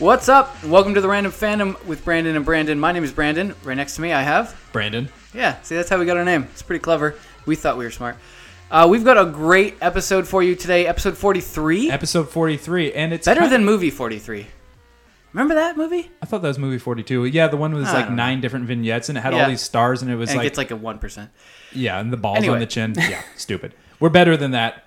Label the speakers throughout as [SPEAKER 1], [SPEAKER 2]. [SPEAKER 1] What's up? Welcome to the Random Fandom with Brandon and Brandon. My name is Brandon. Right next to me, I have.
[SPEAKER 2] Brandon.
[SPEAKER 1] Yeah, see, that's how we got our name. It's pretty clever. We thought we were smart. Uh, we've got a great episode for you today, episode 43.
[SPEAKER 2] Episode 43, and it's
[SPEAKER 1] Better
[SPEAKER 2] kind-
[SPEAKER 1] than movie 43. Remember that movie?
[SPEAKER 2] I thought that was movie 42. Yeah, the one was
[SPEAKER 1] I
[SPEAKER 2] like
[SPEAKER 1] don't know.
[SPEAKER 2] nine different vignettes, and it had
[SPEAKER 1] Ah. Yeah.
[SPEAKER 2] all these stars, and it was
[SPEAKER 1] And it
[SPEAKER 2] like,
[SPEAKER 1] gets like a 1%.
[SPEAKER 2] yeah, and the balls
[SPEAKER 1] Anyway.
[SPEAKER 2] on the chin. Yeah, stupid. We're better than that.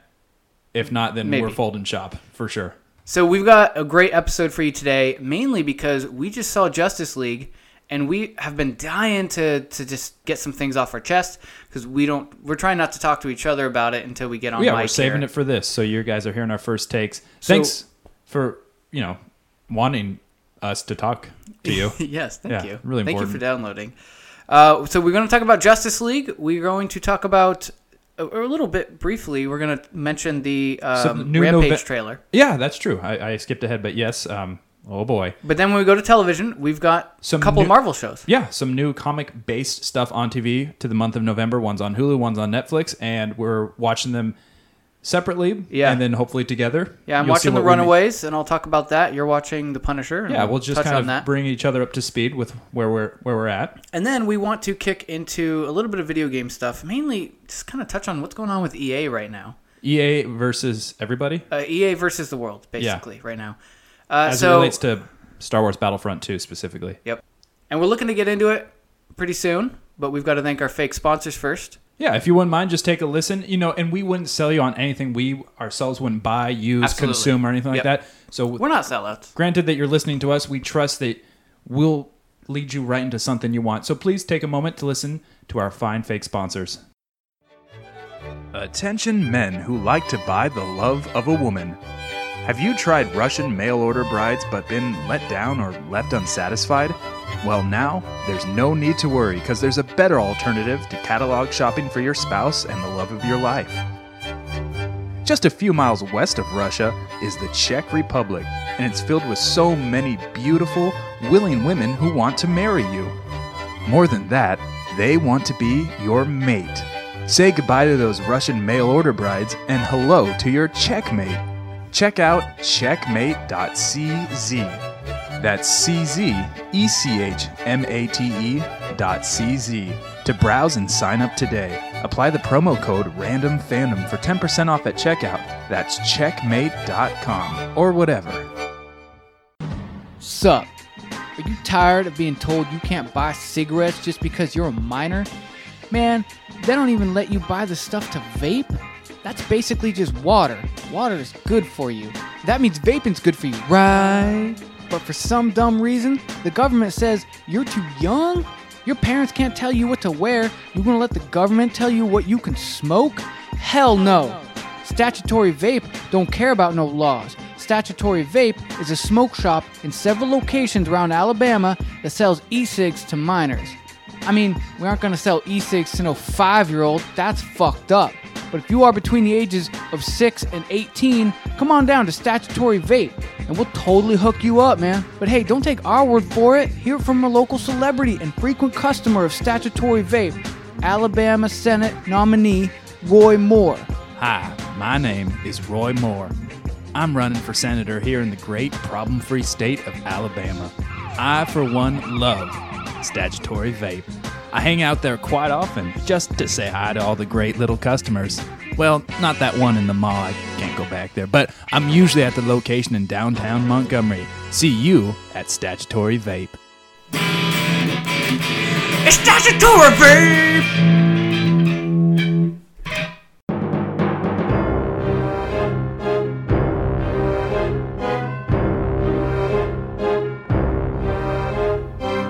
[SPEAKER 2] If not, then
[SPEAKER 1] Maybe.
[SPEAKER 2] we're folding shop for sure.
[SPEAKER 1] So we've got a great episode for you today, mainly because we just saw Justice League, and we have been dying to to just get some things off our chest because we don't. We're trying not to talk to each other about it until we get on.
[SPEAKER 2] yeah,
[SPEAKER 1] mic
[SPEAKER 2] we're saving
[SPEAKER 1] here.
[SPEAKER 2] it for this, so you guys are hearing our first takes.
[SPEAKER 1] So-
[SPEAKER 2] Thanks for you know wanting us to talk to you.
[SPEAKER 1] yes, thank
[SPEAKER 2] Yeah,
[SPEAKER 1] you.
[SPEAKER 2] really
[SPEAKER 1] thank you for
[SPEAKER 2] important.
[SPEAKER 1] downloading. Uh, so we're going to talk about Justice League. We're going to talk about a, a little bit briefly. We're going to mention the um,
[SPEAKER 2] Some new
[SPEAKER 1] Rampage
[SPEAKER 2] Nove-
[SPEAKER 1] trailer,
[SPEAKER 2] yeah, that's true. I, I skipped ahead, but yes. Um, oh boy.
[SPEAKER 1] but then when we go to television, we've got
[SPEAKER 2] Some
[SPEAKER 1] a couple
[SPEAKER 2] new-
[SPEAKER 1] Marvel shows.
[SPEAKER 2] Yeah, some new comic based stuff on TV to the month of November. One's on Hulu, one's on Netflix, and we're watching them separately.
[SPEAKER 1] Yeah.
[SPEAKER 2] And then hopefully together.
[SPEAKER 1] Yeah, I'm
[SPEAKER 2] You'll see
[SPEAKER 1] watching The
[SPEAKER 2] what we mean.
[SPEAKER 1] Runaways, and I'll talk about that. You're watching The Punisher. and
[SPEAKER 2] Yeah, we'll just
[SPEAKER 1] touch
[SPEAKER 2] kind
[SPEAKER 1] on
[SPEAKER 2] of
[SPEAKER 1] that.
[SPEAKER 2] bring each other up to speed with where we're where we're at.
[SPEAKER 1] and then we want to kick into a little bit of video game stuff, mainly just kind of touch on what's going on with EA right now.
[SPEAKER 2] EA E versus everybody
[SPEAKER 1] Uh, EA versus the world, basically, right now. Uh,
[SPEAKER 2] as
[SPEAKER 1] so,
[SPEAKER 2] it relates to Star Wars Battlefront 2 specifically.
[SPEAKER 1] yep. And we're looking to get into it pretty soon, but we've got to thank our fake sponsors first.
[SPEAKER 2] Yeah, if you wouldn't mind, just take a listen. You know, and we wouldn't sell you on anything we ourselves wouldn't buy, use,
[SPEAKER 1] Absolutely.
[SPEAKER 2] consume, or anything
[SPEAKER 1] Yep.
[SPEAKER 2] like that. So
[SPEAKER 1] We're not sellouts.
[SPEAKER 2] granted that you're listening to us, we trust that we'll lead you right into something you want. So please take a moment to listen to our fine fake sponsors.
[SPEAKER 3] Attention men who like to buy the love of a woman. Have you tried Russian mail order brides but been let down or left unsatisfied? Well, now there's no need to worry because there's a better alternative to catalog shopping for your spouse and the love of your life. Just a few miles west of Russia is the Czech Republic, and it's filled with so many beautiful, willing women who want to marry you. More than that, they want to be your mate. Say goodbye to those Russian mail order brides and hello to your checkmate. Check out checkmate.cz. That's CZ, E C H M A T E dot CZ to browse and sign up today. Apply the promo code random fandom for 10% off at checkout. That's checkmate.com or whatever.
[SPEAKER 1] Sup? Are you tired of being told you can't buy cigarettes just because you're a minor? Man, they don't even let you buy the stuff to vape. That's basically just water. Water is good for you. That means vaping's good for you, right? But for some dumb reason, the government says you're too young? Your parents can't tell you what to wear. You're gonna let the government tell you what you can smoke? Hell no. Statutory Vape don't care about no laws. Statutory Vape is a smoke shop in several locations around Alabama that sells e-cigs to minors. I mean, we aren't gonna sell e-cigs to no five-year-old. That's fucked up. But if you are between the ages of six and 18, come on down to Statutory Vape, and we'll totally hook you up, man. But hey, don't take our word for it. Hear it from a local celebrity and frequent customer of Statutory Vape, Alabama Senate nominee Roy Moore.
[SPEAKER 2] Hi, my name is Roy Moore. I'm running for senator here in the great problem free state of Alabama. I, for one, love statutory vape. I hang out there quite often just to say hi to all the great little customers. Well, not that one in the mall, I can't go back there, but I'm usually at the location in downtown Montgomery. See you at Statutory Vape.
[SPEAKER 1] It's statutory, babe!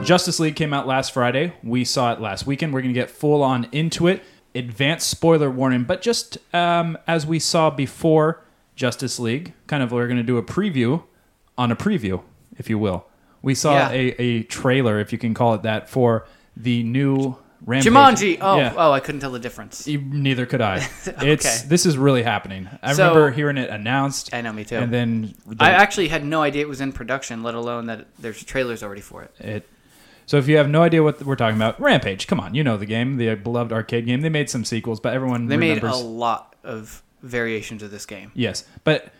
[SPEAKER 2] Justice League came out last Friday. We saw it last weekend. We're going to get full on into it. Advanced spoiler warning, but just um, as we saw before Justice League, kind of we're going to do a preview on a preview, if you will. We saw
[SPEAKER 1] Yeah.
[SPEAKER 2] a, a trailer, if you can call it that, for the new Rampage.
[SPEAKER 1] Jumanji. Oh,
[SPEAKER 2] Yeah.
[SPEAKER 1] oh, I couldn't tell the difference.
[SPEAKER 2] You- Neither could I. It's
[SPEAKER 1] Okay.
[SPEAKER 2] this is really happening. I
[SPEAKER 1] So-
[SPEAKER 2] remember hearing it announced.
[SPEAKER 1] I know, me too.
[SPEAKER 2] And then the-
[SPEAKER 1] I actually had no idea it was in production, let alone that there's trailers already for it.
[SPEAKER 2] it So if you have no idea what we're talking about, Rampage. Come on, you know the game, the beloved arcade game. They made some sequels, but everyone
[SPEAKER 1] They made
[SPEAKER 2] remembers.
[SPEAKER 1] a lot of variations of this game.
[SPEAKER 2] Yes, but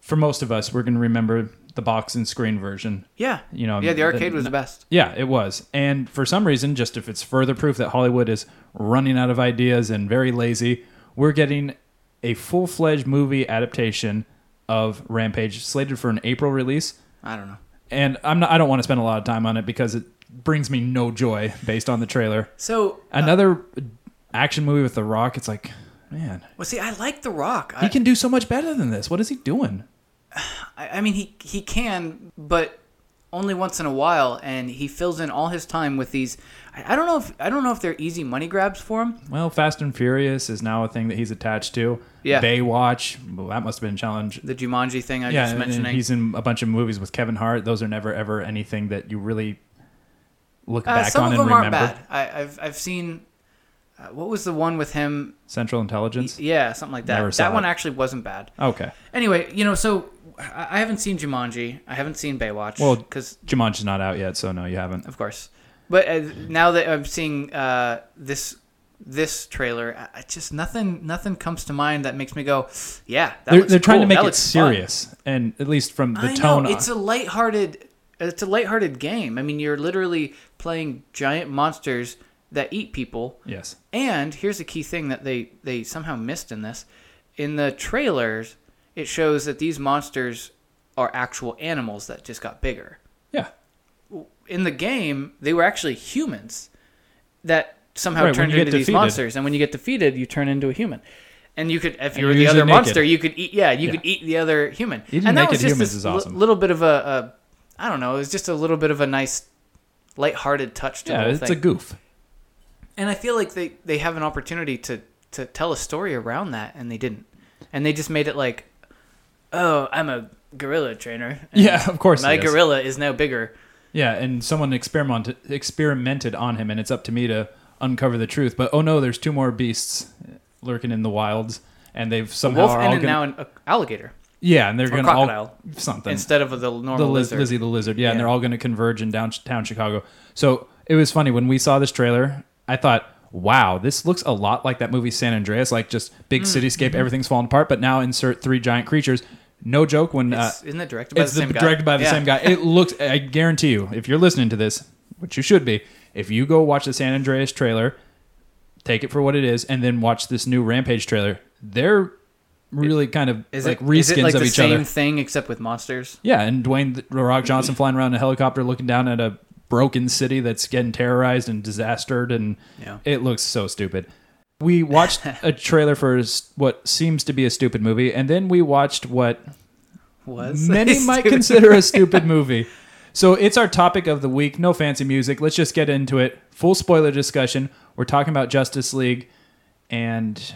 [SPEAKER 2] for most of us, we're going to remember the box and screen version.
[SPEAKER 1] Yeah.
[SPEAKER 2] You know,
[SPEAKER 1] yeah, the arcade was
[SPEAKER 2] the-
[SPEAKER 1] the best.
[SPEAKER 2] Yeah, it was. And for some reason, just if it's further proof that Hollywood is running out of ideas and very lazy, we're getting a full fledged movie adaptation of Rampage slated for an April release.
[SPEAKER 1] I don't know.
[SPEAKER 2] And I'm not, I don't want to spend a lot of time on it because it brings me no joy based on the trailer.
[SPEAKER 1] So,
[SPEAKER 2] Uh, Another action movie with The Rock, it's like, man,
[SPEAKER 1] well, see, I like The Rock. I,
[SPEAKER 2] he can do so much better than this. What is he doing?
[SPEAKER 1] I, I mean, he he can, but only once in a while, and he fills in all his time with these. I, I don't know if I don't know if they're easy money grabs for him.
[SPEAKER 2] Well, Fast and Furious is now a thing that he's attached to.
[SPEAKER 1] Yeah.
[SPEAKER 2] Baywatch, well, that must have been a challenge.
[SPEAKER 1] The Jumanji thing I was
[SPEAKER 2] yeah,
[SPEAKER 1] just
[SPEAKER 2] and- and
[SPEAKER 1] mentioning.
[SPEAKER 2] he's in a bunch of movies with Kevin Hart. Those are never ever anything that you really look
[SPEAKER 1] Uh,
[SPEAKER 2] back
[SPEAKER 1] some
[SPEAKER 2] on
[SPEAKER 1] of
[SPEAKER 2] and
[SPEAKER 1] them
[SPEAKER 2] remember.
[SPEAKER 1] aren't bad. I, I've I've seen. Uh, what was the one with him?
[SPEAKER 2] Central Intelligence.
[SPEAKER 1] Yeah, something like that.
[SPEAKER 2] Never saw
[SPEAKER 1] that one
[SPEAKER 2] it.
[SPEAKER 1] actually wasn't bad.
[SPEAKER 2] Okay,
[SPEAKER 1] Anyway, you know, so I I haven't seen Jumanji. I haven't seen Baywatch.
[SPEAKER 2] Well-
[SPEAKER 1] because
[SPEAKER 2] Jumanji's not out yet, so no, you haven't.
[SPEAKER 1] of course, but uh, now that I'm seeing uh, this this trailer, I, I just nothing nothing comes to mind that makes me go, yeah. That
[SPEAKER 2] They're,
[SPEAKER 1] looks
[SPEAKER 2] they're trying
[SPEAKER 1] cool.
[SPEAKER 2] to make
[SPEAKER 1] That
[SPEAKER 2] it
[SPEAKER 1] looks fun."
[SPEAKER 2] serious, and at least from the
[SPEAKER 1] I
[SPEAKER 2] tone.
[SPEAKER 1] know it's a lighthearted. It's a lighthearted game. I mean, you're literally playing giant monsters that eat people.
[SPEAKER 2] yes,
[SPEAKER 1] And here's the key thing that they they somehow missed in this. In the trailers, it shows that these monsters are actual animals that just got bigger.
[SPEAKER 2] yeah,
[SPEAKER 1] In the game, they were actually humans that somehow
[SPEAKER 2] Right, when
[SPEAKER 1] turned
[SPEAKER 2] you get
[SPEAKER 1] into these
[SPEAKER 2] defeated.
[SPEAKER 1] monsters. And when you get defeated, you turn into a human. And you could, if you were
[SPEAKER 2] you're
[SPEAKER 1] the other
[SPEAKER 2] usually naked.
[SPEAKER 1] monster, you could eat. Yeah, you
[SPEAKER 2] Yeah.
[SPEAKER 1] could eat the other human.
[SPEAKER 2] Eating
[SPEAKER 1] and that
[SPEAKER 2] naked
[SPEAKER 1] was just
[SPEAKER 2] humans
[SPEAKER 1] this
[SPEAKER 2] is awesome.
[SPEAKER 1] li- little bit of a, a, I don't know, it was just a little bit of a nice, lighthearted touch to the
[SPEAKER 2] yeah.
[SPEAKER 1] whole
[SPEAKER 2] It's
[SPEAKER 1] thing
[SPEAKER 2] a goof.
[SPEAKER 1] and I feel like they they have an opportunity to to tell a story around that, and they didn't, and they just made it like, oh, I'm a gorilla trainer. and
[SPEAKER 2] Yeah, of course.
[SPEAKER 1] my
[SPEAKER 2] it is.
[SPEAKER 1] gorilla is now bigger.
[SPEAKER 2] Yeah, and someone experimented experimented on him, and it's up to me to uncover the truth. But oh no, there's two more beasts lurking in the wilds, and they've somehow
[SPEAKER 1] Wolf
[SPEAKER 2] are
[SPEAKER 1] and
[SPEAKER 2] all
[SPEAKER 1] an-
[SPEAKER 2] gonna,
[SPEAKER 1] now an a alligator
[SPEAKER 2] yeah, and they're gonna
[SPEAKER 1] crocodile.
[SPEAKER 2] all something
[SPEAKER 1] instead of the normal
[SPEAKER 2] the Liz,
[SPEAKER 1] lizard.
[SPEAKER 2] Lizzie the lizard. Yeah, and
[SPEAKER 1] Yeah.
[SPEAKER 2] they're all gonna converge in downtown Chicago. So it was funny when we saw this trailer. I thought, wow, this looks a lot like that movie San Andreas, like just big
[SPEAKER 1] Mm,
[SPEAKER 2] cityscape,
[SPEAKER 1] mm-hmm.
[SPEAKER 2] everything's falling apart. But now insert three giant creatures. No joke. When uh,
[SPEAKER 1] It's- isn't it directed by
[SPEAKER 2] it's
[SPEAKER 1] the same guy?
[SPEAKER 2] directed by the
[SPEAKER 1] Yeah.
[SPEAKER 2] same guy. It looks. I guarantee you, if you're listening to this, which you should be, if you go watch the San Andreas trailer, take it for what it is, and then watch this new Rampage trailer. They're really kind of
[SPEAKER 1] Is
[SPEAKER 2] like
[SPEAKER 1] it,
[SPEAKER 2] reskins
[SPEAKER 1] is it like
[SPEAKER 2] of
[SPEAKER 1] the
[SPEAKER 2] each
[SPEAKER 1] same
[SPEAKER 2] other.
[SPEAKER 1] thing except with monsters?
[SPEAKER 2] Yeah, and Dwayne The Rock Johnson flying around in a helicopter, looking down at a broken city that's getting terrorized and disastered, and
[SPEAKER 1] Yeah.
[SPEAKER 2] it looks so stupid. We watched a trailer for s- what seems to be a stupid movie, and then we watched what
[SPEAKER 1] Was
[SPEAKER 2] many might consider a stupid movie. So it's our topic of the week. No fancy music. Let's just get into it. Full spoiler discussion. We're talking about Justice League, and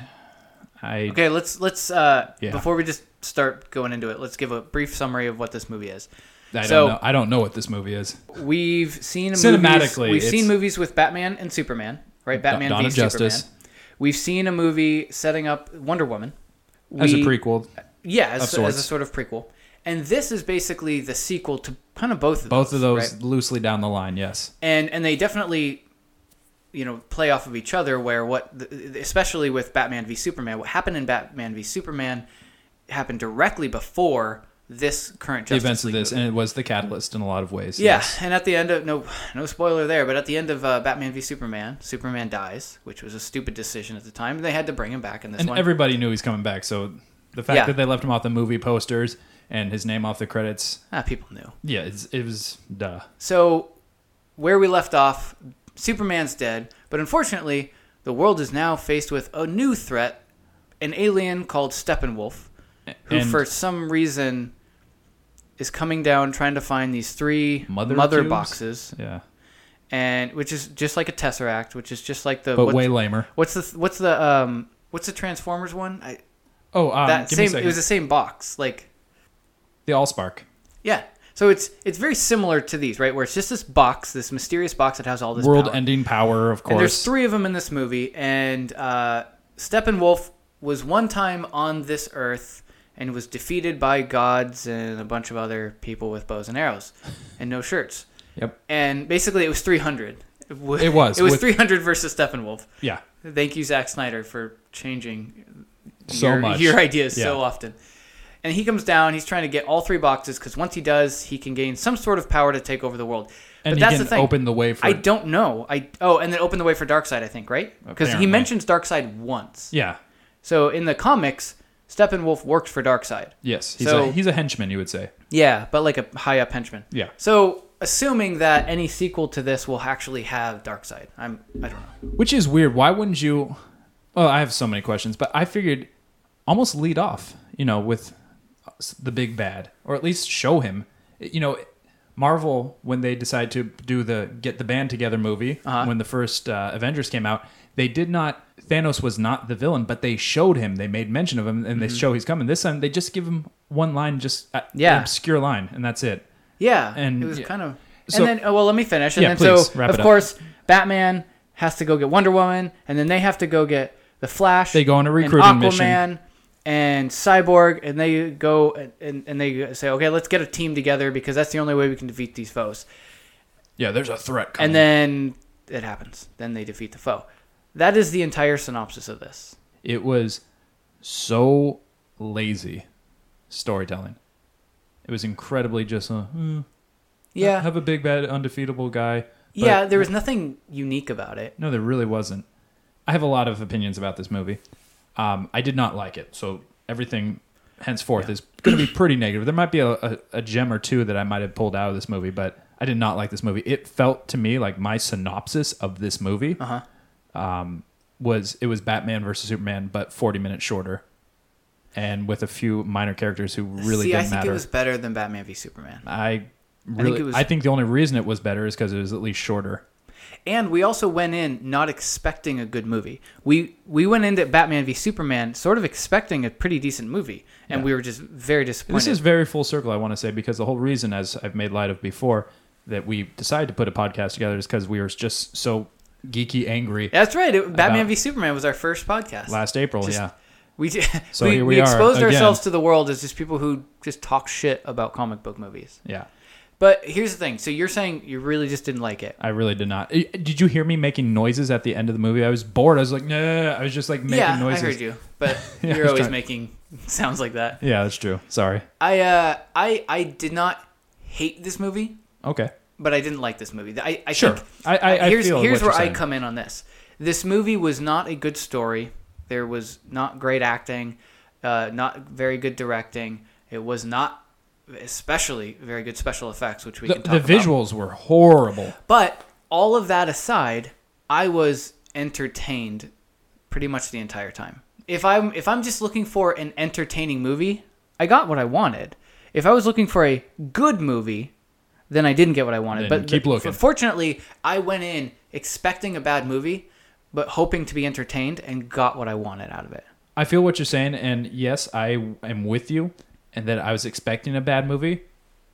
[SPEAKER 2] I
[SPEAKER 1] Okay, let's let's uh,
[SPEAKER 2] Yeah.
[SPEAKER 1] before we just start going into it, let's give a brief summary of what this movie is.
[SPEAKER 2] I don't
[SPEAKER 1] so-
[SPEAKER 2] know. I don't know what this movie is.
[SPEAKER 1] We've seen movies-
[SPEAKER 2] Cinematically,
[SPEAKER 1] we've seen
[SPEAKER 2] it's-
[SPEAKER 1] movies with Batman and Superman, right? Batman
[SPEAKER 2] Dawn
[SPEAKER 1] v
[SPEAKER 2] of Justice.
[SPEAKER 1] Superman. We've seen a movie setting up Wonder Woman
[SPEAKER 2] As a
[SPEAKER 1] We-
[SPEAKER 2] prequel,
[SPEAKER 1] Yeah,
[SPEAKER 2] of
[SPEAKER 1] as,
[SPEAKER 2] sorts.
[SPEAKER 1] as a sort of prequel, and this is basically the sequel to kind of both of
[SPEAKER 2] both of those
[SPEAKER 1] right?
[SPEAKER 2] loosely down the line. Yes.
[SPEAKER 1] and and they definitely, you know, play off of each other. Where what, the, especially with Batman v Superman, what happened in Batman v Superman happened directly before this current
[SPEAKER 2] the
[SPEAKER 1] Justice
[SPEAKER 2] events of
[SPEAKER 1] League
[SPEAKER 2] this,
[SPEAKER 1] movie.
[SPEAKER 2] and it was the catalyst in a lot of ways.
[SPEAKER 1] Yeah,
[SPEAKER 2] yes.
[SPEAKER 1] and at the end of no, no spoiler there, but at the end of uh, Batman v Superman, Superman dies, which was a stupid decision at the time. They had to bring him back in this
[SPEAKER 2] And
[SPEAKER 1] one.
[SPEAKER 2] everybody knew he's coming back. So the fact
[SPEAKER 1] Yeah.
[SPEAKER 2] that they left him off the movie posters and his name off the credits,
[SPEAKER 1] ah, people knew.
[SPEAKER 2] yeah, it's, it was duh.
[SPEAKER 1] So, where we left off, Superman's dead, but unfortunately, the world is now faced with a new threat, an alien called Steppenwolf, who
[SPEAKER 2] And-
[SPEAKER 1] for some reason is coming down trying to find these three
[SPEAKER 2] Mother cubes?
[SPEAKER 1] boxes,
[SPEAKER 2] Yeah,
[SPEAKER 1] and which is just like a tesseract, which is just like the
[SPEAKER 2] but
[SPEAKER 1] what's-
[SPEAKER 2] way lamer.
[SPEAKER 1] What's the what's the um what's the Transformers one? I,
[SPEAKER 2] Oh, um,
[SPEAKER 1] that
[SPEAKER 2] give me a
[SPEAKER 1] same
[SPEAKER 2] second.
[SPEAKER 1] it was the same box. Like
[SPEAKER 2] the Allspark.
[SPEAKER 1] yeah. So it's it's very similar to these, right? Where it's just this box, this mysterious box that has all this power.
[SPEAKER 2] World-ending power, of
[SPEAKER 1] And
[SPEAKER 2] course.
[SPEAKER 1] there's three of them in this movie, and uh, Steppenwolf was one time on this Earth and was defeated by gods and a bunch of other people with bows and arrows and no shirts.
[SPEAKER 2] Yep.
[SPEAKER 1] and basically it was 300. It wa-
[SPEAKER 2] It was,
[SPEAKER 1] It was
[SPEAKER 2] with-
[SPEAKER 1] 300 versus Steppenwolf.
[SPEAKER 2] Yeah.
[SPEAKER 1] Thank you, Zack Snyder, for changing
[SPEAKER 2] So
[SPEAKER 1] your,
[SPEAKER 2] much.
[SPEAKER 1] your ideas
[SPEAKER 2] Yeah.
[SPEAKER 1] so often. And he comes down. He's trying to get all three boxes because once he does, he can gain some sort of power to take over the world.
[SPEAKER 2] And
[SPEAKER 1] but
[SPEAKER 2] he
[SPEAKER 1] that's
[SPEAKER 2] can
[SPEAKER 1] the thing.
[SPEAKER 2] open the way for.
[SPEAKER 1] I don't know. I oh, and then open the way for Darkseid, I think, right? Because he
[SPEAKER 2] Apparently.
[SPEAKER 1] mentions Darkseid once.
[SPEAKER 2] yeah.
[SPEAKER 1] So in the comics, Steppenwolf worked for Darkseid.
[SPEAKER 2] Yes. He's,
[SPEAKER 1] So-
[SPEAKER 2] a, he's a henchman, you would say.
[SPEAKER 1] Yeah, but like a high up henchman.
[SPEAKER 2] Yeah.
[SPEAKER 1] So assuming that any sequel to this will actually have Darkseid, I'm I don't know.
[SPEAKER 2] Which is weird. Why wouldn't you? Well, I have so many questions, but I figured almost lead off, you know, with s- the big bad, or at least show him. You know, Marvel when they decide to do the get the band together movie
[SPEAKER 1] Uh-huh.
[SPEAKER 2] when the first uh, Avengers came out, they did not. Thanos was not the villain, but they showed him. They made mention of him, and
[SPEAKER 1] Mm-hmm.
[SPEAKER 2] they show he's coming. This time, they just give him one line, just uh,
[SPEAKER 1] Yeah.
[SPEAKER 2] an obscure line, and that's it.
[SPEAKER 1] Yeah.
[SPEAKER 2] And-
[SPEAKER 1] it was
[SPEAKER 2] yeah.
[SPEAKER 1] kind of.
[SPEAKER 2] So-
[SPEAKER 1] and then oh, well, let me finish. And
[SPEAKER 2] Yeah,
[SPEAKER 1] then
[SPEAKER 2] please,
[SPEAKER 1] so
[SPEAKER 2] wrap
[SPEAKER 1] of
[SPEAKER 2] it up.
[SPEAKER 1] course Batman has to go get Wonder Woman, and then they have to go get the Flash.
[SPEAKER 2] They go on a
[SPEAKER 1] and
[SPEAKER 2] recruiting mission.
[SPEAKER 1] Aquaman and Cyborg, and they go and, and they say, okay, let's get a team together because that's the only way we can defeat these foes.
[SPEAKER 2] Yeah, there's a threat coming.
[SPEAKER 1] And then it happens. Then they defeat the foe. That is the entire synopsis of this.
[SPEAKER 2] It was so lazy storytelling. It was incredibly just a yeah.
[SPEAKER 1] Yeah.
[SPEAKER 2] Have a big bad undefeatable guy. But
[SPEAKER 1] Yeah, there was nothing unique about it.
[SPEAKER 2] No, there really wasn't. I have a lot of opinions about this movie. Um, I did not like it, so everything henceforth is going to be pretty negative. There might be a, a, a gem or two that I might have pulled out of this movie, but I did not like this movie. It felt to me like my synopsis of this movie
[SPEAKER 1] Uh-huh.
[SPEAKER 2] um, was it was Batman versus Superman, but forty minutes shorter, and with a few minor characters who really
[SPEAKER 1] See, I
[SPEAKER 2] didn't
[SPEAKER 1] think
[SPEAKER 2] matter.
[SPEAKER 1] it was better than Batman v Superman.
[SPEAKER 2] I really, I think,
[SPEAKER 1] it was-
[SPEAKER 2] the only reason it was better is because it was at least shorter.
[SPEAKER 1] And we also went in not expecting a good movie. We we went into Batman v Superman sort of expecting a pretty decent movie, and we were just very disappointed.
[SPEAKER 2] This is very full circle, I want to say, because the whole reason, as I've made light of before, that we decided to put a podcast together is because we were just so geeky angry
[SPEAKER 1] That's right. It, Batman
[SPEAKER 2] About-
[SPEAKER 1] v Superman was our first podcast.
[SPEAKER 2] last April.
[SPEAKER 1] Just-
[SPEAKER 2] yeah.
[SPEAKER 1] we did,
[SPEAKER 2] So
[SPEAKER 1] we,
[SPEAKER 2] here we
[SPEAKER 1] we
[SPEAKER 2] are
[SPEAKER 1] exposed
[SPEAKER 2] again.
[SPEAKER 1] ourselves to the world as just people who just talk shit about comic book movies.
[SPEAKER 2] Yeah.
[SPEAKER 1] But here's the thing. So you're saying you really just didn't like it.
[SPEAKER 2] I really did not. Eh, Did you hear me making noises at the end of the movie? I was bored. I was like, no. I was just like making
[SPEAKER 1] yeah,
[SPEAKER 2] noises.
[SPEAKER 1] I heard you. But
[SPEAKER 2] Yeah, I
[SPEAKER 1] you're
[SPEAKER 2] was
[SPEAKER 1] always
[SPEAKER 2] trying-
[SPEAKER 1] making sounds like that.
[SPEAKER 2] Yeah, that's true. Sorry.
[SPEAKER 1] I uh I I did not hate this movie,
[SPEAKER 2] Okay.
[SPEAKER 1] but I didn't like this movie. I, I
[SPEAKER 2] Sure.
[SPEAKER 1] think
[SPEAKER 2] I, I, I
[SPEAKER 1] here's
[SPEAKER 2] feel
[SPEAKER 1] here's
[SPEAKER 2] what you're
[SPEAKER 1] where I
[SPEAKER 2] saying.
[SPEAKER 1] come in on this. This movie was not a good story. There was not great acting, uh, not very good directing. It was not especially very good special effects, which we can
[SPEAKER 2] The,
[SPEAKER 1] talk
[SPEAKER 2] the visuals were horrible.
[SPEAKER 1] about. But all of that aside, I was entertained pretty much the entire time. If I'm if I'm just looking for an entertaining movie, I got what I wanted. If I was looking for a good movie, then I didn't get what I wanted.
[SPEAKER 2] Then
[SPEAKER 1] but
[SPEAKER 2] keep
[SPEAKER 1] the-
[SPEAKER 2] looking.
[SPEAKER 1] Fortunately, I went in expecting a bad movie, but hoping to be entertained and got what I wanted out of it.
[SPEAKER 2] I feel what you're saying, and yes, I am with you, and that I was expecting a bad movie,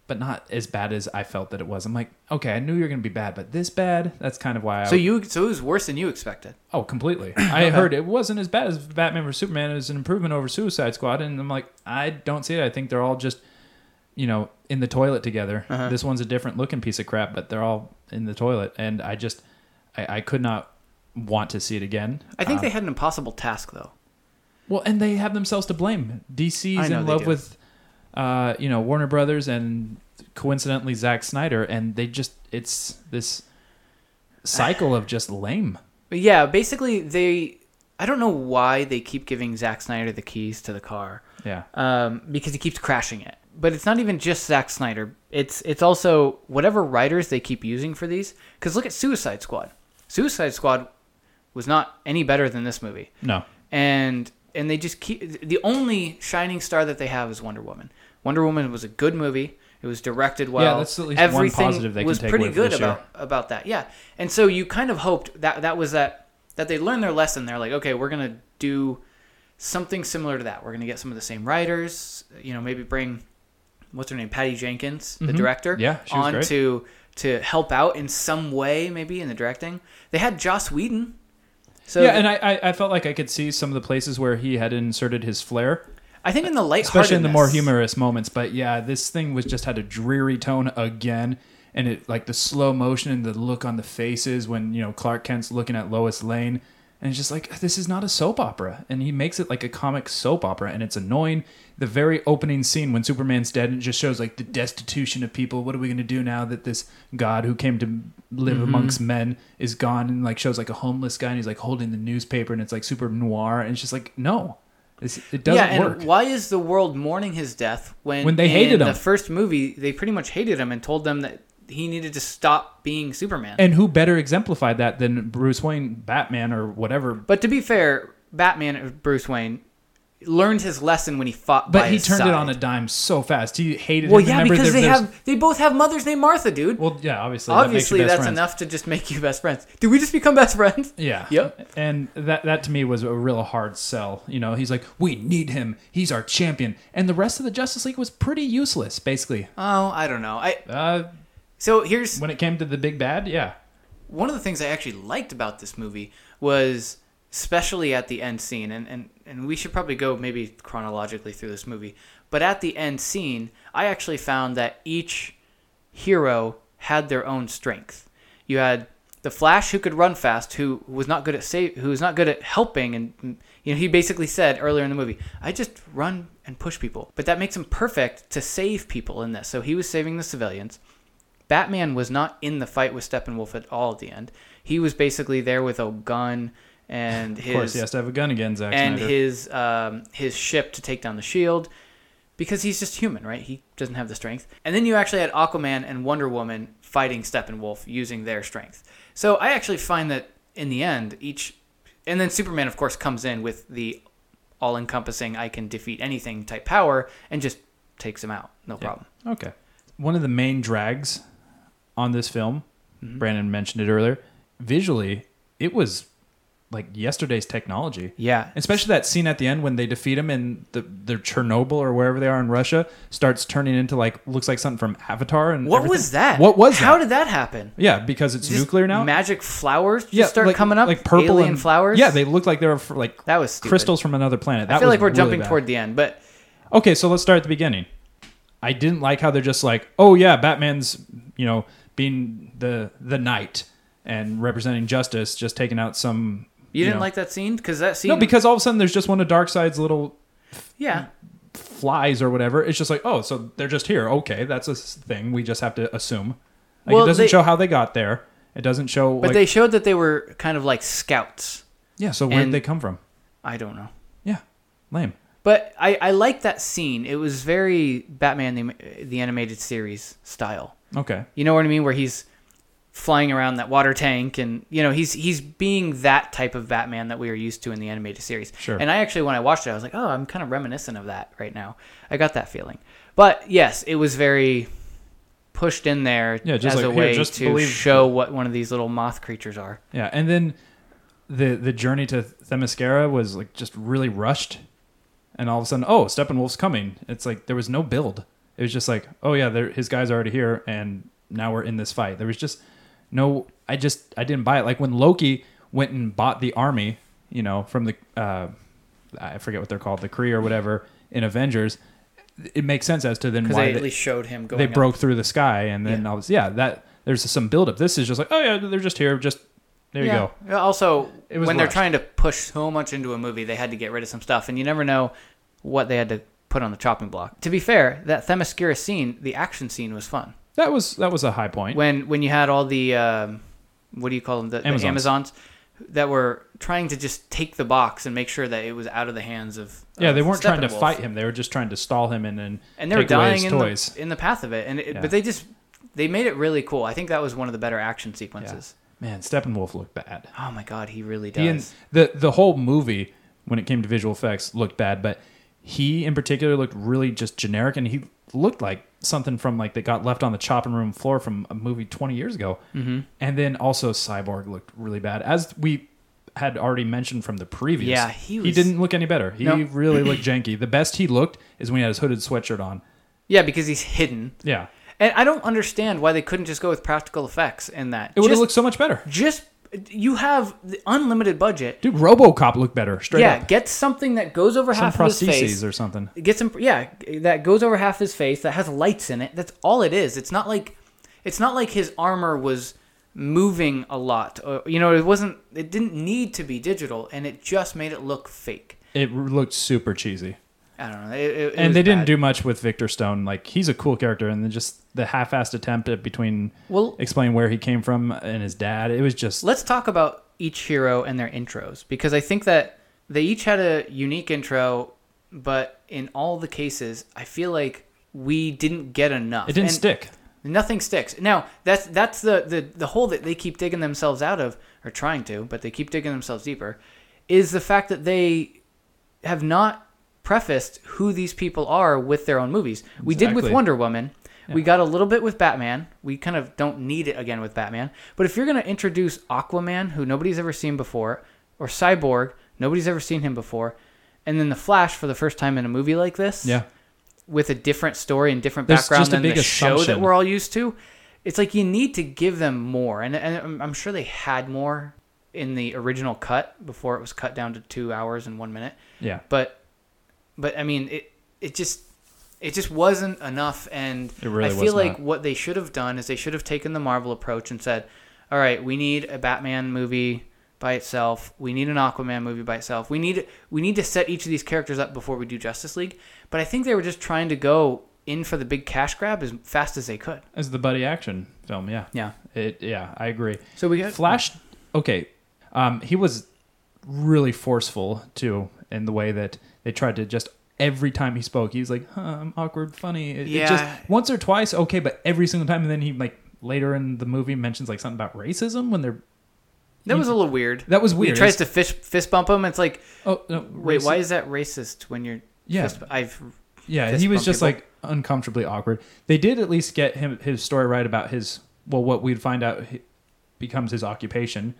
[SPEAKER 2] but not as bad as I felt that it was. I'm like, okay, I knew you were gonna be bad, but this bad, that's kind of why I
[SPEAKER 1] So you so it was worse than you expected.
[SPEAKER 2] Oh, completely. I heard it wasn't as bad as Batman vs Superman. It was an improvement over Suicide Squad, and I'm like, I don't see it. I think they're all just, you know, in the toilet together.
[SPEAKER 1] Uh-huh.
[SPEAKER 2] This one's a different looking piece of crap, but they're all in the toilet, and I just, I, I could not want to see it again.
[SPEAKER 1] I think they had an impossible task though.
[SPEAKER 2] Well, and they have themselves to blame.
[SPEAKER 1] I
[SPEAKER 2] DC's
[SPEAKER 1] know
[SPEAKER 2] in
[SPEAKER 1] they
[SPEAKER 2] love
[SPEAKER 1] do.
[SPEAKER 2] with, uh, you know, Warner Brothers and coincidentally Zack Snyder, and they just it's this cycle of just lame.
[SPEAKER 1] But yeah, basically they I don't know why they keep giving Zack Snyder the keys to the car.
[SPEAKER 2] Yeah,
[SPEAKER 1] um, because he keeps crashing it. But it's not even just Zack Snyder. It's it's also whatever writers they keep using for these. Because look at Suicide Squad. Suicide Squad was not any better than this movie.
[SPEAKER 2] no,
[SPEAKER 1] And and they just keep the only shining star that they have is Wonder Woman. Wonder Woman was a good movie. It was directed well.
[SPEAKER 2] that's at least one
[SPEAKER 1] Everything
[SPEAKER 2] positive they can
[SPEAKER 1] was
[SPEAKER 2] take
[SPEAKER 1] pretty
[SPEAKER 2] away from
[SPEAKER 1] good
[SPEAKER 2] this year.
[SPEAKER 1] about about that. Yeah. And so you kind of hoped that that was that that they learned their lesson. They're like, okay, we're gonna do something similar to that. We're gonna get some of the same writers. You know, maybe bring what's her name, Patty Jenkins, the director,
[SPEAKER 2] Mm-hmm. Yeah, she was
[SPEAKER 1] on
[SPEAKER 2] great.
[SPEAKER 1] to to help out in some way, maybe in the directing. They had Joss Whedon. So
[SPEAKER 2] yeah, and I, I I felt like I could see some of the places where he had inserted his flair,
[SPEAKER 1] I think in the light,
[SPEAKER 2] especially in the more humorous moments. But yeah, this thing was just had a dreary tone again. and it like the slow motion and the look on the faces when you know Clark Kent's looking at Lois Lane, and it's just like this is not a soap opera, and he makes it like a comic soap opera, and it's annoying. The very opening scene when Superman's dead, and it just shows like the destitution of people. What are we gonna do now that this God who came to live
[SPEAKER 1] Mm-hmm.
[SPEAKER 2] amongst men is gone? And like shows like a homeless guy, and he's like holding the newspaper, and it's like super noir, and it's just like no. It's, it doesn't
[SPEAKER 1] yeah, and
[SPEAKER 2] work.
[SPEAKER 1] why is the world mourning his death when
[SPEAKER 2] When they
[SPEAKER 1] in
[SPEAKER 2] hated him.
[SPEAKER 1] The first movie, they pretty much hated him and told them that he needed to stop being Superman.
[SPEAKER 2] And who better exemplified that than Bruce Wayne, Batman, or whatever?
[SPEAKER 1] but to be fair, Batman or Bruce Wayne learned his lesson when he fought. by
[SPEAKER 2] But he
[SPEAKER 1] his
[SPEAKER 2] turned
[SPEAKER 1] side.
[SPEAKER 2] it on a dime so fast. He hated.
[SPEAKER 1] Well,
[SPEAKER 2] him.
[SPEAKER 1] yeah,
[SPEAKER 2] Remember,
[SPEAKER 1] because
[SPEAKER 2] there-
[SPEAKER 1] they
[SPEAKER 2] there's-
[SPEAKER 1] have they both have mothers named Martha, dude.
[SPEAKER 2] Well, yeah, obviously. that makes you
[SPEAKER 1] Obviously,
[SPEAKER 2] best
[SPEAKER 1] that's
[SPEAKER 2] friends.
[SPEAKER 1] enough to just make you best friends. Did we just become best friends?
[SPEAKER 2] Yeah.
[SPEAKER 1] Yep.
[SPEAKER 2] And that that to me was a real hard sell. You know, he's like, we need him. He's our champion. And the rest of the Justice League was pretty useless, basically.
[SPEAKER 1] Oh, I don't know. I
[SPEAKER 2] Uh,
[SPEAKER 1] so here's
[SPEAKER 2] when it came to the big bad, yeah.
[SPEAKER 1] one of the things I actually liked about this movie was especially at the end scene and, and, and we should probably go maybe chronologically through this movie but at the end scene i actually found that each hero had their own strength you had the flash who could run fast who was not good at save who was not good at helping and mm, you know he basically said earlier in the movie i just run and push people but that makes him perfect to save people in this so he was saving the civilians Batman was not in the fight with Steppenwolf at all at the end. He was basically there with a gun and
[SPEAKER 2] Of course,
[SPEAKER 1] his
[SPEAKER 2] he has to have a gun again, Zack
[SPEAKER 1] and
[SPEAKER 2] Snyder.
[SPEAKER 1] his um, his ship to take down the shield because he's just human, right? He doesn't have the strength. And then you actually had Aquaman and Wonder Woman fighting Steppenwolf using their strength. So I actually find that in the end, each and then Superman, of course, comes in with the all-encompassing "I can defeat anything" type power and just takes him out, no problem.
[SPEAKER 2] Okay. One of the main drags on this film,
[SPEAKER 1] Mm-hmm.
[SPEAKER 2] Brandon mentioned it earlier, visually, it was like yesterday's technology.
[SPEAKER 1] Yeah,
[SPEAKER 2] Especially that scene at the end when they defeat him and the, the Chernobyl or wherever they are in Russia starts turning into like looks like something from Avatar and
[SPEAKER 1] What
[SPEAKER 2] everything.
[SPEAKER 1] was that?
[SPEAKER 2] What was
[SPEAKER 1] How
[SPEAKER 2] that?
[SPEAKER 1] did that happen?
[SPEAKER 2] Yeah, because it's
[SPEAKER 1] Just
[SPEAKER 2] nuclear now.
[SPEAKER 1] Magic flowers just
[SPEAKER 2] yeah,
[SPEAKER 1] start
[SPEAKER 2] like-
[SPEAKER 1] coming up,
[SPEAKER 2] like purple
[SPEAKER 1] alien
[SPEAKER 2] and
[SPEAKER 1] flowers.
[SPEAKER 2] Yeah, they look like they're for like
[SPEAKER 1] That was stupid.
[SPEAKER 2] crystals from another planet. That
[SPEAKER 1] I feel
[SPEAKER 2] was
[SPEAKER 1] like we're
[SPEAKER 2] really
[SPEAKER 1] jumping
[SPEAKER 2] bad.
[SPEAKER 1] toward the end, but
[SPEAKER 2] Okay, so let's start at the beginning. I didn't like how they're just like, oh yeah, Batman's you know being the the knight and representing justice, just taking out some.
[SPEAKER 1] you, didn't
[SPEAKER 2] know-
[SPEAKER 1] like that scene because that scene.
[SPEAKER 2] no, because all of a sudden there's just one of Darkseid's little
[SPEAKER 1] yeah,
[SPEAKER 2] flies or whatever. It's just like, oh, so they're just here. Okay, that's a s- thing. We just have to assume. Like,
[SPEAKER 1] Well,
[SPEAKER 2] it doesn't
[SPEAKER 1] they-
[SPEAKER 2] show how they got there. It doesn't show.
[SPEAKER 1] but
[SPEAKER 2] like,
[SPEAKER 1] they showed that they were kind of like scouts.
[SPEAKER 2] yeah. So where did
[SPEAKER 1] and-
[SPEAKER 2] they come from?
[SPEAKER 1] I don't know,
[SPEAKER 2] Yeah, lame.
[SPEAKER 1] but I I like that scene. It was very Batman the, the animated series style.
[SPEAKER 2] Okay.
[SPEAKER 1] You know what I mean? Where he's flying around that water tank, and you know he's he's being that type of Batman that we are used to in the animated series.
[SPEAKER 2] Sure.
[SPEAKER 1] And I actually, when I watched it, I was like, oh, I'm kind of reminiscent of that right now. I got that feeling. But yes, it was very pushed in there
[SPEAKER 2] Yeah, just
[SPEAKER 1] as
[SPEAKER 2] like,
[SPEAKER 1] a
[SPEAKER 2] here,
[SPEAKER 1] way
[SPEAKER 2] just
[SPEAKER 1] to
[SPEAKER 2] believe-
[SPEAKER 1] show what one of these little moth creatures are.
[SPEAKER 2] Yeah, and then the the journey to Themyscira was like just really rushed, and all of a sudden, oh, Steppenwolf's coming. It's like there was no build. It was just like, oh yeah, there, his guy's already here, and now we're in this fight. There was just no. I just I didn't buy it. Like when Loki went and bought the army, you know, from the uh, I forget what they're called, the Kree or whatever in Avengers. It makes sense as to then
[SPEAKER 1] Because
[SPEAKER 2] why
[SPEAKER 1] they
[SPEAKER 2] the-
[SPEAKER 1] at least showed him going.
[SPEAKER 2] they
[SPEAKER 1] up.
[SPEAKER 2] broke through the sky and then all this, yeah that there's some buildup this is just like oh yeah they're just here just there you
[SPEAKER 1] yeah.
[SPEAKER 2] go
[SPEAKER 1] Yeah, Also,
[SPEAKER 2] It was
[SPEAKER 1] when they're
[SPEAKER 2] rushed.
[SPEAKER 1] trying to push so much into a movie, they had to get rid of some stuff, and you never know what they had to put on the chopping block. To be fair, that Themyscira scene, the action scene, was fun.
[SPEAKER 2] that was that was a high point
[SPEAKER 1] When when you had all the um, what do you call them the the Amazons.
[SPEAKER 2] Amazons.
[SPEAKER 1] that were trying to just take the box and make sure that it was out of the hands of
[SPEAKER 2] yeah
[SPEAKER 1] of
[SPEAKER 2] they weren't trying to
[SPEAKER 1] Steppenwolf.
[SPEAKER 2] fight him they were just trying to stall him and then
[SPEAKER 1] and they were
[SPEAKER 2] take away
[SPEAKER 1] dying
[SPEAKER 2] his
[SPEAKER 1] in
[SPEAKER 2] toys
[SPEAKER 1] the in the path of it, and it,
[SPEAKER 2] Yeah.
[SPEAKER 1] but they just they made it really cool. I think that was one of the better action sequences.
[SPEAKER 2] man steppenwolf looked bad
[SPEAKER 1] Oh my god, he really does.
[SPEAKER 2] he and the the whole movie when it came to visual effects looked bad but he in particular looked really just generic and he looked like something from like that got left on the chopping room floor from a movie 20 years ago mm-hmm. and then also cyborg looked really bad as we had already mentioned from the previous
[SPEAKER 1] Yeah, he
[SPEAKER 2] he
[SPEAKER 1] was-
[SPEAKER 2] didn't look any better he
[SPEAKER 1] No.
[SPEAKER 2] really looked janky the best he looked is when he had his hooded sweatshirt on
[SPEAKER 1] yeah, because he's hidden.
[SPEAKER 2] yeah
[SPEAKER 1] And I don't understand why they couldn't just go with practical effects in that.
[SPEAKER 2] it would have
[SPEAKER 1] Just-
[SPEAKER 2] looked so much better
[SPEAKER 1] just you have the unlimited budget.
[SPEAKER 2] dude robocop looked better straight
[SPEAKER 1] yeah,
[SPEAKER 2] up
[SPEAKER 1] get something that goes over
[SPEAKER 2] some
[SPEAKER 1] half of his face.
[SPEAKER 2] prostheses or something
[SPEAKER 1] get some yeah, that goes over half his face that has lights in it. That's all it is. It's not like It's not like his armor was moving a lot. Or, you know, it wasn't. It didn't need to be digital, and it just made it look fake.
[SPEAKER 2] It looked super cheesy.
[SPEAKER 1] I don't know. It, it, it
[SPEAKER 2] and
[SPEAKER 1] was
[SPEAKER 2] they didn't
[SPEAKER 1] bad.
[SPEAKER 2] do much with Victor Stone. Like he's a cool character, and then just the half-assed attempt at between
[SPEAKER 1] Well-
[SPEAKER 2] explain where he came from and his dad. It was just
[SPEAKER 1] Let's talk about each hero and their intros because I think that they each had a unique intro, but in all the cases, I feel like we didn't get enough.
[SPEAKER 2] it didn't
[SPEAKER 1] And
[SPEAKER 2] stick.
[SPEAKER 1] Nothing sticks. Now that's that's the, the the hole that they keep digging themselves out of, or trying to, but they keep digging themselves deeper, is the fact that they have not prefaced who these people are with their own movies. We did with
[SPEAKER 2] Exactly.
[SPEAKER 1] Wonder Woman. We got a little bit with Batman. We kind of don't need it again with Batman. But if you're going to introduce Aquaman, who nobody's ever seen before, or Cyborg, nobody's ever seen him before, and then the Flash for the first time in a movie like this,
[SPEAKER 2] Yeah,
[SPEAKER 1] with a different story and different
[SPEAKER 2] There's
[SPEAKER 1] background
[SPEAKER 2] just a
[SPEAKER 1] than
[SPEAKER 2] big
[SPEAKER 1] the show that
[SPEAKER 2] assumption.
[SPEAKER 1] we're all used to. It's like you need to give them more, and, and I'm- I'm sure they had more in the original cut before it was cut down to two hours and one minute.
[SPEAKER 2] yeah.
[SPEAKER 1] But, but I mean, it it just it just wasn't enough, and
[SPEAKER 2] It really
[SPEAKER 1] I
[SPEAKER 2] was
[SPEAKER 1] feel like
[SPEAKER 2] not.
[SPEAKER 1] what they should have done is they should have taken the Marvel approach and said, "All right, we need a Batman movie." by itself. We need an Aquaman movie by itself. We need we need to set each of these characters up before we do Justice League. But I think they were just trying to go in for the big cash grab as fast as they could.
[SPEAKER 2] As the buddy action film, yeah,
[SPEAKER 1] Yeah.
[SPEAKER 2] It, yeah, I agree.
[SPEAKER 1] So we got
[SPEAKER 2] Flash, okay, um, he was really forceful too in the way that they tried to just every time he spoke, he was like, huh, "I'm awkward, funny." It, it
[SPEAKER 1] Yeah.
[SPEAKER 2] just once or twice, okay, but every single time, and then he like later in the movie mentions like something about racism when they're
[SPEAKER 1] That was a little weird.
[SPEAKER 2] That was weird.
[SPEAKER 1] He tries to fist fist bump him. It's like,
[SPEAKER 2] oh no,
[SPEAKER 1] wait,
[SPEAKER 2] raci-
[SPEAKER 1] why is that racist when you're?
[SPEAKER 2] Yeah.
[SPEAKER 1] fist- I've.
[SPEAKER 2] Yeah,
[SPEAKER 1] fist
[SPEAKER 2] he was
[SPEAKER 1] bump
[SPEAKER 2] just
[SPEAKER 1] people?
[SPEAKER 2] like uncomfortably awkward. They did at least get him his story right about his well, what we'd find out he- becomes his occupation,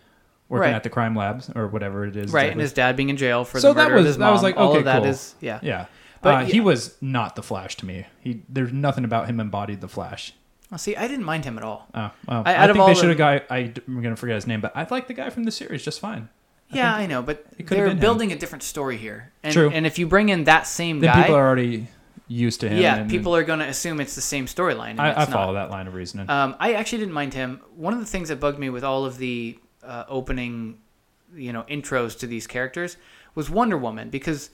[SPEAKER 2] working
[SPEAKER 1] Right.
[SPEAKER 2] at the crime labs or whatever it is.
[SPEAKER 1] Right,
[SPEAKER 2] exactly.
[SPEAKER 1] and his dad being in jail for
[SPEAKER 2] so
[SPEAKER 1] the murder
[SPEAKER 2] that was
[SPEAKER 1] of his mom.
[SPEAKER 2] that was like
[SPEAKER 1] all
[SPEAKER 2] okay,
[SPEAKER 1] of that
[SPEAKER 2] cool.
[SPEAKER 1] is- yeah.
[SPEAKER 2] yeah.
[SPEAKER 1] But,
[SPEAKER 2] uh,
[SPEAKER 1] yeah.
[SPEAKER 2] he was not the Flash to me. He there's nothing about him embodied the Flash.
[SPEAKER 1] Well, see, I didn't mind him at all.
[SPEAKER 2] Oh, well,
[SPEAKER 1] I-
[SPEAKER 2] I,
[SPEAKER 1] out of
[SPEAKER 2] think
[SPEAKER 1] all
[SPEAKER 2] they
[SPEAKER 1] the-
[SPEAKER 2] should have guy. I, am gonna forget his name, but I like the guy from the series just fine.
[SPEAKER 1] yeah, I know, but
[SPEAKER 2] it could've
[SPEAKER 1] they're
[SPEAKER 2] been him.
[SPEAKER 1] building a different story here. And,
[SPEAKER 2] True.
[SPEAKER 1] And if you bring in that same
[SPEAKER 2] Then
[SPEAKER 1] guy,
[SPEAKER 2] people are already used to him.
[SPEAKER 1] yeah,
[SPEAKER 2] and
[SPEAKER 1] people are going to assume it's the same storyline. and
[SPEAKER 2] I, I
[SPEAKER 1] it's not.
[SPEAKER 2] follow that line of reasoning.
[SPEAKER 1] Um, I actually didn't mind him. One of the things that bugged me with all of the uh, opening, you know, intros to these characters was Wonder Woman because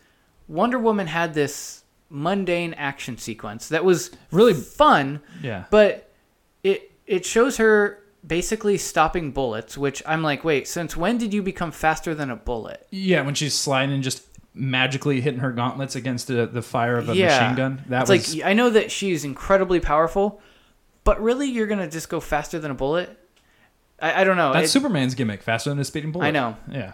[SPEAKER 1] Wonder Woman had this mundane action sequence that was
[SPEAKER 2] Really-
[SPEAKER 1] fun,
[SPEAKER 2] yeah,
[SPEAKER 1] but it it shows her basically stopping bullets, which I'm like, wait, since when did you become faster than a bullet?
[SPEAKER 2] Yeah, when she's sliding and just magically hitting her gauntlets against the, the fire of a machine gun. That
[SPEAKER 1] it's
[SPEAKER 2] was
[SPEAKER 1] like I know that she's incredibly powerful, but really you're gonna just go faster than a bullet. I, I don't know.
[SPEAKER 2] that's
[SPEAKER 1] It-
[SPEAKER 2] Superman's gimmick, faster than a speeding bullet.
[SPEAKER 1] I know.
[SPEAKER 2] Yeah.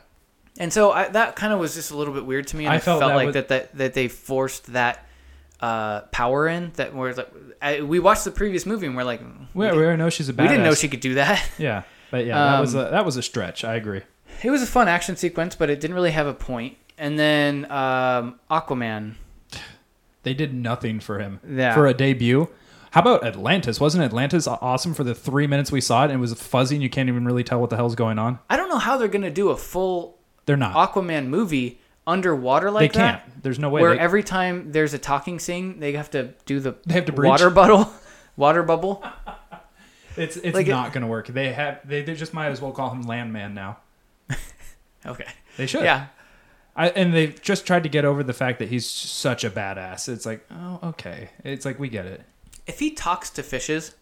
[SPEAKER 1] And so I, that kind of was just a little bit weird to me. And I, felt,
[SPEAKER 2] that
[SPEAKER 1] like
[SPEAKER 2] was-
[SPEAKER 1] that, that that they forced that uh, power in that where like I, we watched the previous movie and we're like
[SPEAKER 2] We, we already know she's a badass.
[SPEAKER 1] we didn't know she Um, could do that.
[SPEAKER 2] Yeah. But yeah, that was a that was a stretch. I agree.
[SPEAKER 1] It was a fun action sequence, but it didn't really have a point. And then um, Aquaman.
[SPEAKER 2] They did nothing for him
[SPEAKER 1] Yeah.
[SPEAKER 2] for a debut. How about Atlantis? Wasn't Atlantis aw- awesome for the three minutes we saw it? And it was fuzzy, and you can't even really tell what the hell's going on.
[SPEAKER 1] I don't know how they're gonna do a full
[SPEAKER 2] They're not.
[SPEAKER 1] Aquaman movie underwater
[SPEAKER 2] they
[SPEAKER 1] like
[SPEAKER 2] can't.
[SPEAKER 1] that.
[SPEAKER 2] There's no way.
[SPEAKER 1] where
[SPEAKER 2] they,
[SPEAKER 1] every time there's a talking scene, they have to do the
[SPEAKER 2] They have to breach.
[SPEAKER 1] water bottle, water bubble.
[SPEAKER 2] it's it's
[SPEAKER 1] like it-
[SPEAKER 2] not going to work. They have. They, they just might as well call him Landman now.
[SPEAKER 1] Okay.
[SPEAKER 2] They should.
[SPEAKER 1] Yeah.
[SPEAKER 2] I, and they've just tried to get over the fact that he's such a badass. It's like, oh, okay. It's like we get it.
[SPEAKER 1] if he talks to fishes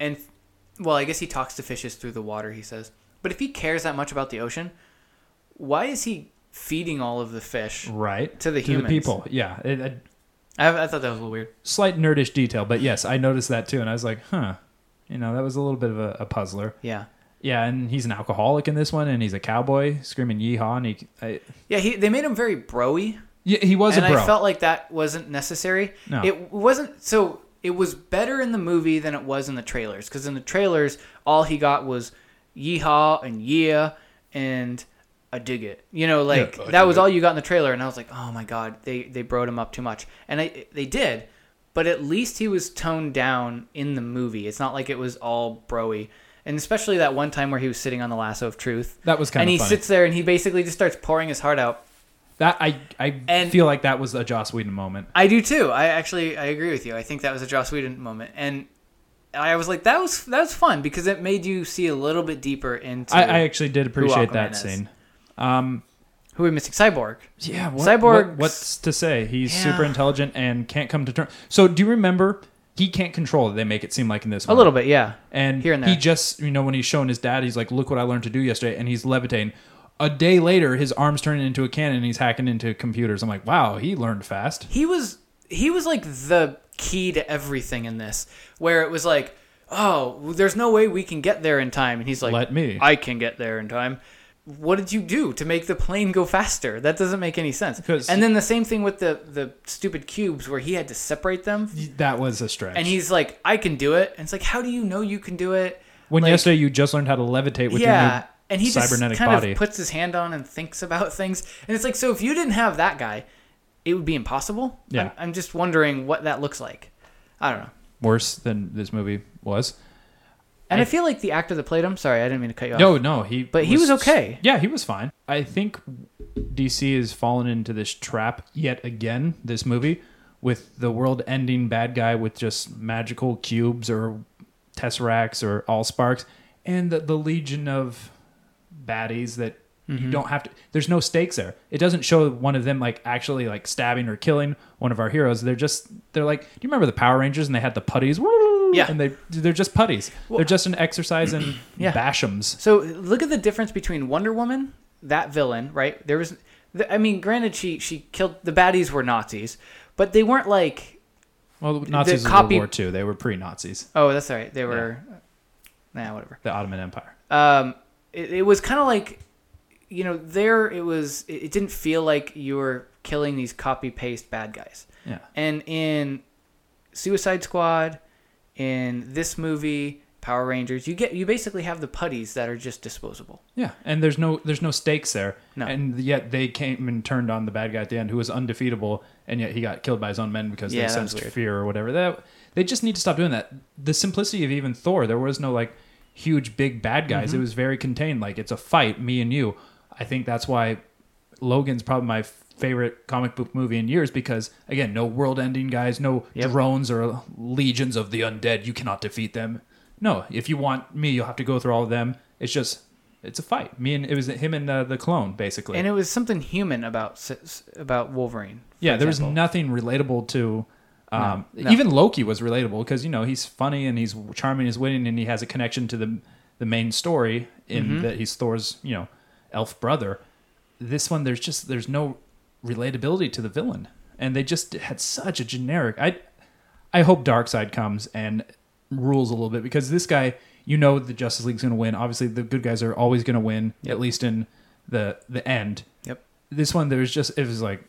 [SPEAKER 1] and well i guess he talks to fishes through the water he says but if he cares that much about the ocean why is he feeding all of the fish
[SPEAKER 2] Right.
[SPEAKER 1] To the
[SPEAKER 2] to
[SPEAKER 1] humans.
[SPEAKER 2] the people. Yeah. It- a
[SPEAKER 1] i, I thought that was a little weird
[SPEAKER 2] slight nerdish detail, but yes, I noticed that too. And I was like, huh. You know, that was a little bit of a, a puzzler.
[SPEAKER 1] yeah
[SPEAKER 2] Yeah. And he's an alcoholic in this one, and he's a cowboy screaming yeehaw. And he, I,
[SPEAKER 1] yeah he, they made him very broy
[SPEAKER 2] yeah, he was
[SPEAKER 1] and
[SPEAKER 2] a bro.
[SPEAKER 1] i felt like that wasn't necessary
[SPEAKER 2] No.
[SPEAKER 1] it wasn't so it was better in the movie than it was in the trailers because in the trailers all he got was yeehaw and yeah and i dig it you know like
[SPEAKER 2] I
[SPEAKER 1] that
[SPEAKER 2] dig
[SPEAKER 1] was
[SPEAKER 2] it.
[SPEAKER 1] all you got in the trailer and i was like oh my god they they broed him up too much and i they did but at least he was toned down in the movie it's not like it was all broy and especially that one time where he was sitting on the lasso of truth
[SPEAKER 2] That was kinda
[SPEAKER 1] and he
[SPEAKER 2] funny.
[SPEAKER 1] sits there and he basically just starts pouring his heart out
[SPEAKER 2] that I, I
[SPEAKER 1] And-
[SPEAKER 2] feel like that was a Joss Whedon moment.
[SPEAKER 1] I do too. I actually I agree with you. I think that was a Joss Whedon moment, and I was like, that was that was fun because it made you see a little bit deeper into
[SPEAKER 2] I, I actually did appreciate
[SPEAKER 1] Aquaman
[SPEAKER 2] that
[SPEAKER 1] is.
[SPEAKER 2] scene. Um,
[SPEAKER 1] who we missing Cyborg.
[SPEAKER 2] yeah, what,
[SPEAKER 1] Cyborg-
[SPEAKER 2] what- what's to say? He's
[SPEAKER 1] Yeah.
[SPEAKER 2] super intelligent and can't come to terms. So do you remember? He can't control it. They make it seem like in this
[SPEAKER 1] A
[SPEAKER 2] one.
[SPEAKER 1] little bit, yeah.
[SPEAKER 2] And
[SPEAKER 1] Here and
[SPEAKER 2] he
[SPEAKER 1] there.
[SPEAKER 2] just, you know, when he's showing his dad, he's like, "Look what I learned to do yesterday," and he's levitating. A day later, his arms turning into a cannon, and he's hacking into computers. I'm like, "Wow, he learned fast."
[SPEAKER 1] he was he was like the key to everything in this where it was like oh there's no way we can get there in time and he's like
[SPEAKER 2] Let me.
[SPEAKER 1] i can get there in time what did you do to make the plane go faster that doesn't make any sense
[SPEAKER 2] 'Cause-
[SPEAKER 1] and then the same thing with the the stupid cubes where he had to separate them
[SPEAKER 2] That was a stretch.
[SPEAKER 1] and he's like i can do it and it's like how do you know you can do it
[SPEAKER 2] when
[SPEAKER 1] like-
[SPEAKER 2] yesterday you just learned how to levitate with your
[SPEAKER 1] yeah
[SPEAKER 2] new
[SPEAKER 1] and he just
[SPEAKER 2] cybernetic
[SPEAKER 1] kind
[SPEAKER 2] body.
[SPEAKER 1] of puts his hand on and thinks about things and it's like so if you didn't have that guy it would be impossible
[SPEAKER 2] Yeah.
[SPEAKER 1] i'm, I'm just wondering what that looks like i don't know
[SPEAKER 2] Worse than this movie was.
[SPEAKER 1] and I, feel like the actor that played him sorry i didn't mean to cut you off
[SPEAKER 2] No, no, he.
[SPEAKER 1] But he was okay.
[SPEAKER 2] Yeah, he was fine. I think DC has fallen into this trap yet again. This movie with the world-ending bad guy with just magical cubes or tesseracts or all sparks, and the, the legion of baddies that
[SPEAKER 1] Mm-hmm.
[SPEAKER 2] you don't have to. There's no stakes there. It doesn't show one of them like actually like stabbing or killing one of our heroes. They're just they're like. Do you remember the Power Rangers and they had the putties? Woo!
[SPEAKER 1] Yeah.
[SPEAKER 2] and they they're just putties. they're just an exercise in
[SPEAKER 1] Yeah.
[SPEAKER 2] bashams.
[SPEAKER 1] so look at the difference between wonder woman that villain right there was th- i mean granted she she killed the baddies were nazis but they weren't like
[SPEAKER 2] Well, the Nazis was
[SPEAKER 1] copy-
[SPEAKER 2] World War II. They were pre-Nazis.
[SPEAKER 1] oh that's all right they were nah whatever
[SPEAKER 2] The Ottoman Empire.
[SPEAKER 1] um, it, it was kind of like you know there it was it, it didn't feel like you were killing these copy paste bad guys
[SPEAKER 2] Yeah.
[SPEAKER 1] and in suicide squad in this movie power rangers you get you basically have the putties that are just disposable
[SPEAKER 2] Yeah, and there's no there's no stakes there.
[SPEAKER 1] No.
[SPEAKER 2] And yet they came and turned on the bad guy at the end, who was undefeatable, and yet he got killed by his own men because
[SPEAKER 1] Yeah,
[SPEAKER 2] they
[SPEAKER 1] that was
[SPEAKER 2] sensed
[SPEAKER 1] weird.
[SPEAKER 2] fear or whatever. That they just need to stop doing that. The simplicity of even Thor, there was no like huge big bad guys. It was very contained. Like it's a fight, me and you. I think that's why Logan's probably my favorite comic book movie in years because again, no world-ending guys, no drones or legions of the undead. You cannot defeat them. No, if you want me, you'll have to go through all of them. It's just it's a fight. Me and it was him and uh, the clone basically.
[SPEAKER 1] and it was something human about s- s- about wolverine for
[SPEAKER 2] yeah, there was
[SPEAKER 1] example.
[SPEAKER 2] nothing relatable to. Um, Even Loki was relatable because you know he's funny and he's charming, he's winning, and he has a connection to the the main story in
[SPEAKER 1] Mm-hmm.
[SPEAKER 2] that he's Thor's you know elf brother. This one, there's just there's no relatability to the villain, and they just had such a generic. I I hope Darkseid comes and rules a little bit because this guy, you know, the Justice League's going to win. Obviously, the good guys are always going to win, at least in the the end.
[SPEAKER 1] Yep.
[SPEAKER 2] This one, there was just it was like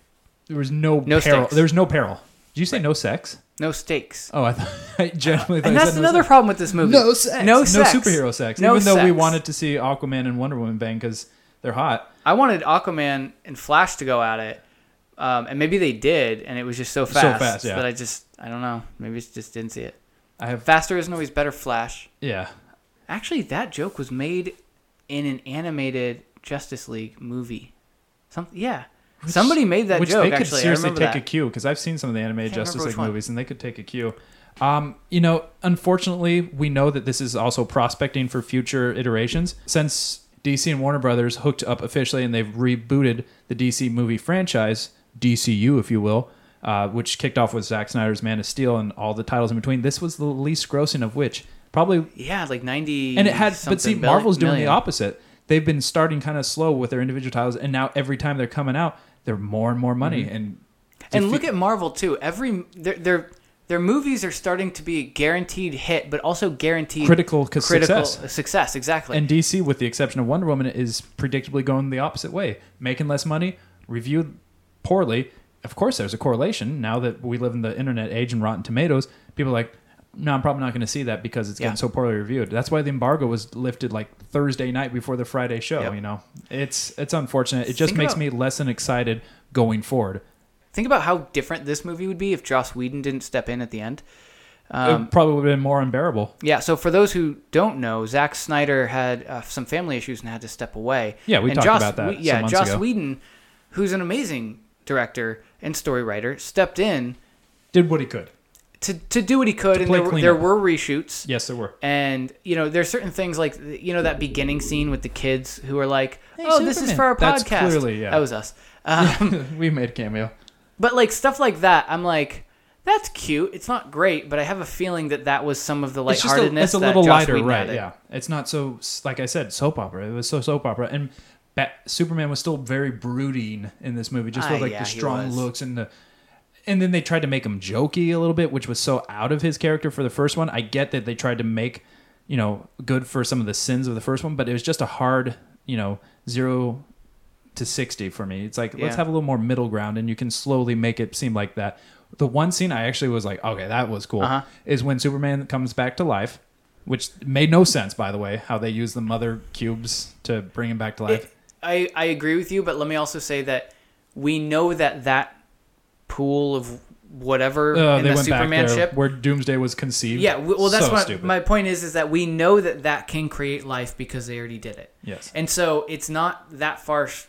[SPEAKER 2] there was no,
[SPEAKER 1] No
[SPEAKER 2] peril.
[SPEAKER 1] stakes.
[SPEAKER 2] There was no peril. Did you say no sex?
[SPEAKER 1] no stakes
[SPEAKER 2] Oh, I, thought, I genuinely thought
[SPEAKER 1] and
[SPEAKER 2] you
[SPEAKER 1] that's
[SPEAKER 2] said
[SPEAKER 1] another
[SPEAKER 2] no sex.
[SPEAKER 1] problem with this movie
[SPEAKER 2] No sex.
[SPEAKER 1] no sex
[SPEAKER 2] superhero sex.
[SPEAKER 1] No
[SPEAKER 2] Even though we
[SPEAKER 1] sex.
[SPEAKER 2] wanted to see Aquaman and Wonder Woman bang because they're hot.
[SPEAKER 1] I wanted Aquaman and Flash to go at it, um, and maybe they did, and it was just so fast,
[SPEAKER 2] fast, yeah.
[SPEAKER 1] that I just I don't know. Maybe I just didn't see it.
[SPEAKER 2] I have
[SPEAKER 1] Faster isn't always better. Flash.
[SPEAKER 2] yeah.
[SPEAKER 1] Actually, that joke was made in an animated Justice League movie. Some yeah, somebody made that
[SPEAKER 2] which
[SPEAKER 1] joke.
[SPEAKER 2] they could
[SPEAKER 1] actually,
[SPEAKER 2] seriously
[SPEAKER 1] I remember
[SPEAKER 2] take
[SPEAKER 1] that.
[SPEAKER 2] a cue because I've seen some of the animated
[SPEAKER 1] Can't remember
[SPEAKER 2] Justice
[SPEAKER 1] which
[SPEAKER 2] League
[SPEAKER 1] one.
[SPEAKER 2] movies and they could take a cue. Um, you know, unfortunately, we know that this is also prospecting for future iterations. Since DC and Warner Brothers hooked up officially and they've rebooted the DC movie franchise, DCU, if you will, uh, which kicked off with Zack Snyder's Man of Steel and all the titles in between. This was the least grossing of which probably
[SPEAKER 1] yeah, like ninety.
[SPEAKER 2] and it had but see
[SPEAKER 1] something
[SPEAKER 2] marvel's doing
[SPEAKER 1] million.
[SPEAKER 2] the opposite they've been starting kind of slow with their individual titles and now every time they're coming out they're more and more money and
[SPEAKER 1] Mm-hmm. And look at Marvel too. Every their their their movies are starting to be guaranteed hit, but also guaranteed
[SPEAKER 2] Critical c-
[SPEAKER 1] critical
[SPEAKER 2] success.
[SPEAKER 1] success, Exactly.
[SPEAKER 2] and dc with the exception of wonder woman is predictably going the opposite way making less money reviewed poorly of course there's a correlation now that we live in the internet age and rotten tomatoes people are like no, I'm probably not going to see that because it's
[SPEAKER 1] Yeah.
[SPEAKER 2] getting so poorly reviewed. That's why the embargo was lifted like Thursday night before the Friday show.
[SPEAKER 1] Yep.
[SPEAKER 2] You know, it's it's unfortunate. It just
[SPEAKER 1] Think
[SPEAKER 2] makes
[SPEAKER 1] about-
[SPEAKER 2] me less than excited going forward.
[SPEAKER 1] Think about how different this movie would be if Joss Whedon didn't step in at the end. Um,
[SPEAKER 2] it probably would have been more unbearable.
[SPEAKER 1] Yeah, so for those who don't know, Zack Snyder had uh, some family issues and had to step away.
[SPEAKER 2] Yeah, we
[SPEAKER 1] and
[SPEAKER 2] talked
[SPEAKER 1] Joss-
[SPEAKER 2] about that some
[SPEAKER 1] yeah,
[SPEAKER 2] months
[SPEAKER 1] Joss
[SPEAKER 2] ago.
[SPEAKER 1] Whedon, who's an amazing director and story writer, stepped in
[SPEAKER 2] Did what he could.
[SPEAKER 1] to, to do what he could, and
[SPEAKER 2] play
[SPEAKER 1] there were, there
[SPEAKER 2] cleanup.
[SPEAKER 1] were reshoots.
[SPEAKER 2] Yes, there were.
[SPEAKER 1] And you know, there's certain things like you know that beginning scene with the kids who are like, "Oh, this is
[SPEAKER 2] Superman."
[SPEAKER 1] for our
[SPEAKER 2] That's
[SPEAKER 1] podcast."
[SPEAKER 2] clearly- yeah.
[SPEAKER 1] That was us. Um,
[SPEAKER 2] we made a cameo.
[SPEAKER 1] but like stuff like that, I'm like, "That's cute." It's not great, but I have a feeling that that was some of the
[SPEAKER 2] It's just a,
[SPEAKER 1] lightheartedness.
[SPEAKER 2] it's a
[SPEAKER 1] that
[SPEAKER 2] little
[SPEAKER 1] Joss
[SPEAKER 2] lighter,
[SPEAKER 1] Whedon
[SPEAKER 2] right?
[SPEAKER 1] added.
[SPEAKER 2] Yeah, it's not so like I said, soap opera. It was so soap opera, and Bat- Superman was still very brooding in this movie, just
[SPEAKER 1] Ah,
[SPEAKER 2] with like
[SPEAKER 1] yeah,
[SPEAKER 2] the
[SPEAKER 1] he
[SPEAKER 2] strong
[SPEAKER 1] was.
[SPEAKER 2] looks and the. And then they tried to make him jokey a little bit, which was so out of his character for the first one. I get that they tried to make, you know, good for some of the sins of the first one, but it was just a hard, you know, zero to 60 for me. It's like,
[SPEAKER 1] Yeah.
[SPEAKER 2] let's have a little more middle ground and you can slowly make it seem like that. The one scene I actually was like, okay, that was cool,
[SPEAKER 1] Uh-huh.
[SPEAKER 2] is when Superman comes back to life, which made no sense, by the way, how they use the mother cubes to bring him back to life.
[SPEAKER 1] It- I, I agree with you, but let me also say that we know that that pool of whatever
[SPEAKER 2] Uh,
[SPEAKER 1] in
[SPEAKER 2] they
[SPEAKER 1] the
[SPEAKER 2] went
[SPEAKER 1] Superman
[SPEAKER 2] back there
[SPEAKER 1] ship.
[SPEAKER 2] where Doomsday was conceived.
[SPEAKER 1] Yeah, w- well, that's
[SPEAKER 2] so
[SPEAKER 1] what
[SPEAKER 2] stupid.
[SPEAKER 1] my point is. Is that we know that that can create life because they already did it.
[SPEAKER 2] Yes.
[SPEAKER 1] and so it's not that far f-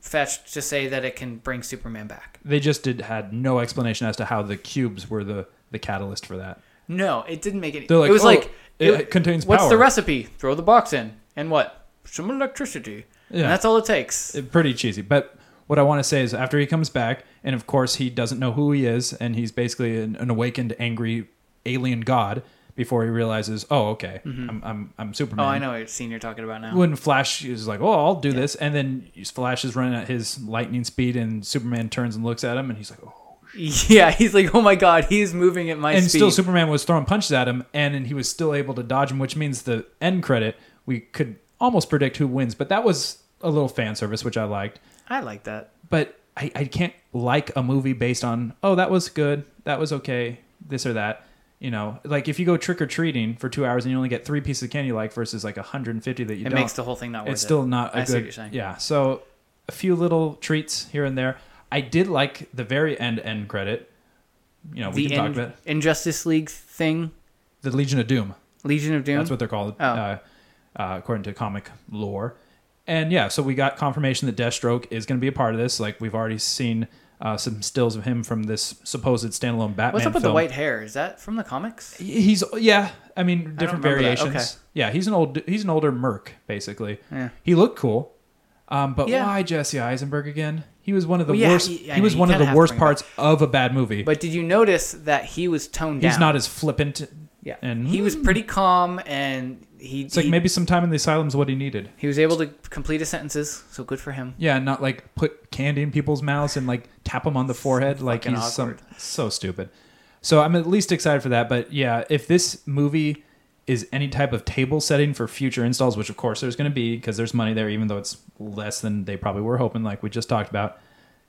[SPEAKER 1] fetched to say that it can bring Superman back.
[SPEAKER 2] They just did had no explanation as to how the cubes were the the catalyst for that.
[SPEAKER 1] No, it didn't make any.
[SPEAKER 2] They're like,
[SPEAKER 1] it was
[SPEAKER 2] "Oh,
[SPEAKER 1] like
[SPEAKER 2] it contains
[SPEAKER 1] What's the
[SPEAKER 2] power."
[SPEAKER 1] recipe? Throw the box in, and what? Some electricity.
[SPEAKER 2] Yeah.
[SPEAKER 1] And that's all it takes.
[SPEAKER 2] It- pretty cheesy. But what I want to say is, after he comes back, and of course he doesn't know who he is, and he's basically an, an awakened, angry alien god. Before he realizes, oh, okay, I'm, I'm I'm Superman.
[SPEAKER 1] oh, I know what scene you're talking about now.
[SPEAKER 2] When Flash is like, oh, I'll do this, and then Flash is running at his lightning speed, and Superman turns and looks at him, and he's like, oh.
[SPEAKER 1] Yeah, he's like, oh my god, he's moving at my
[SPEAKER 2] And
[SPEAKER 1] speed.
[SPEAKER 2] still, Superman was throwing punches at him, and, and he was still able to dodge him, which means the end credit we could almost predict who wins. But that was a little fan service, which I liked.
[SPEAKER 1] I like that.
[SPEAKER 2] but I, I can't like a movie based on oh that was good that was okay this or that you know like if you go trick or treating for two hours and you only get three pieces of candy you like versus like 150 that you
[SPEAKER 1] It
[SPEAKER 2] don't
[SPEAKER 1] makes the whole thing not worth
[SPEAKER 2] it's
[SPEAKER 1] it.
[SPEAKER 2] still not a
[SPEAKER 1] I
[SPEAKER 2] good
[SPEAKER 1] see what you're saying.
[SPEAKER 2] yeah so a few little treats here and there I did like the very end end credit you know we
[SPEAKER 1] the
[SPEAKER 2] can
[SPEAKER 1] in,
[SPEAKER 2] talk about it.
[SPEAKER 1] Injustice League thing,
[SPEAKER 2] the Legion of Doom
[SPEAKER 1] Legion of Doom.
[SPEAKER 2] that's what they're called,
[SPEAKER 1] Oh.
[SPEAKER 2] uh, uh, according to comic lore. And yeah, so we got confirmation that Deathstroke is going to be a part of this. Like we've already seen uh, some stills of him from this supposed standalone Batman.
[SPEAKER 1] What's up with the
[SPEAKER 2] film.
[SPEAKER 1] white hair? Is that from the comics?
[SPEAKER 2] He's yeah. I mean, different
[SPEAKER 1] remember that.
[SPEAKER 2] variations.
[SPEAKER 1] Okay.
[SPEAKER 2] Yeah, he's an old he's an older Merc basically.
[SPEAKER 1] Yeah.
[SPEAKER 2] He looked cool, um, but
[SPEAKER 1] Yeah.
[SPEAKER 2] why Jesse Eisenberg again? He was one of the
[SPEAKER 1] Well, yeah,
[SPEAKER 2] worst.
[SPEAKER 1] he-
[SPEAKER 2] He,
[SPEAKER 1] I know,
[SPEAKER 2] was
[SPEAKER 1] you
[SPEAKER 2] one of
[SPEAKER 1] kinda have
[SPEAKER 2] the
[SPEAKER 1] to
[SPEAKER 2] worst
[SPEAKER 1] bring him back.
[SPEAKER 2] parts of a bad movie.
[SPEAKER 1] But did you notice that he was toned down?
[SPEAKER 2] he's not as flippant.
[SPEAKER 1] Yeah,
[SPEAKER 2] and Hmm.
[SPEAKER 1] he was pretty calm, and he
[SPEAKER 2] It's like
[SPEAKER 1] he,
[SPEAKER 2] maybe some time in the asylum is what he needed.
[SPEAKER 1] he was able to complete his sentences. So good for him.
[SPEAKER 2] Yeah, not like put candy in people's mouths and like tap them on the forehead. Like
[SPEAKER 1] fucking
[SPEAKER 2] he's some,
[SPEAKER 1] awkward.
[SPEAKER 2] so stupid. So I'm at least excited for that. But yeah, if this movie is any type of table setting for future installs, which of course there's going to be because there's money there, even though it's less than they probably were hoping, like we just talked about.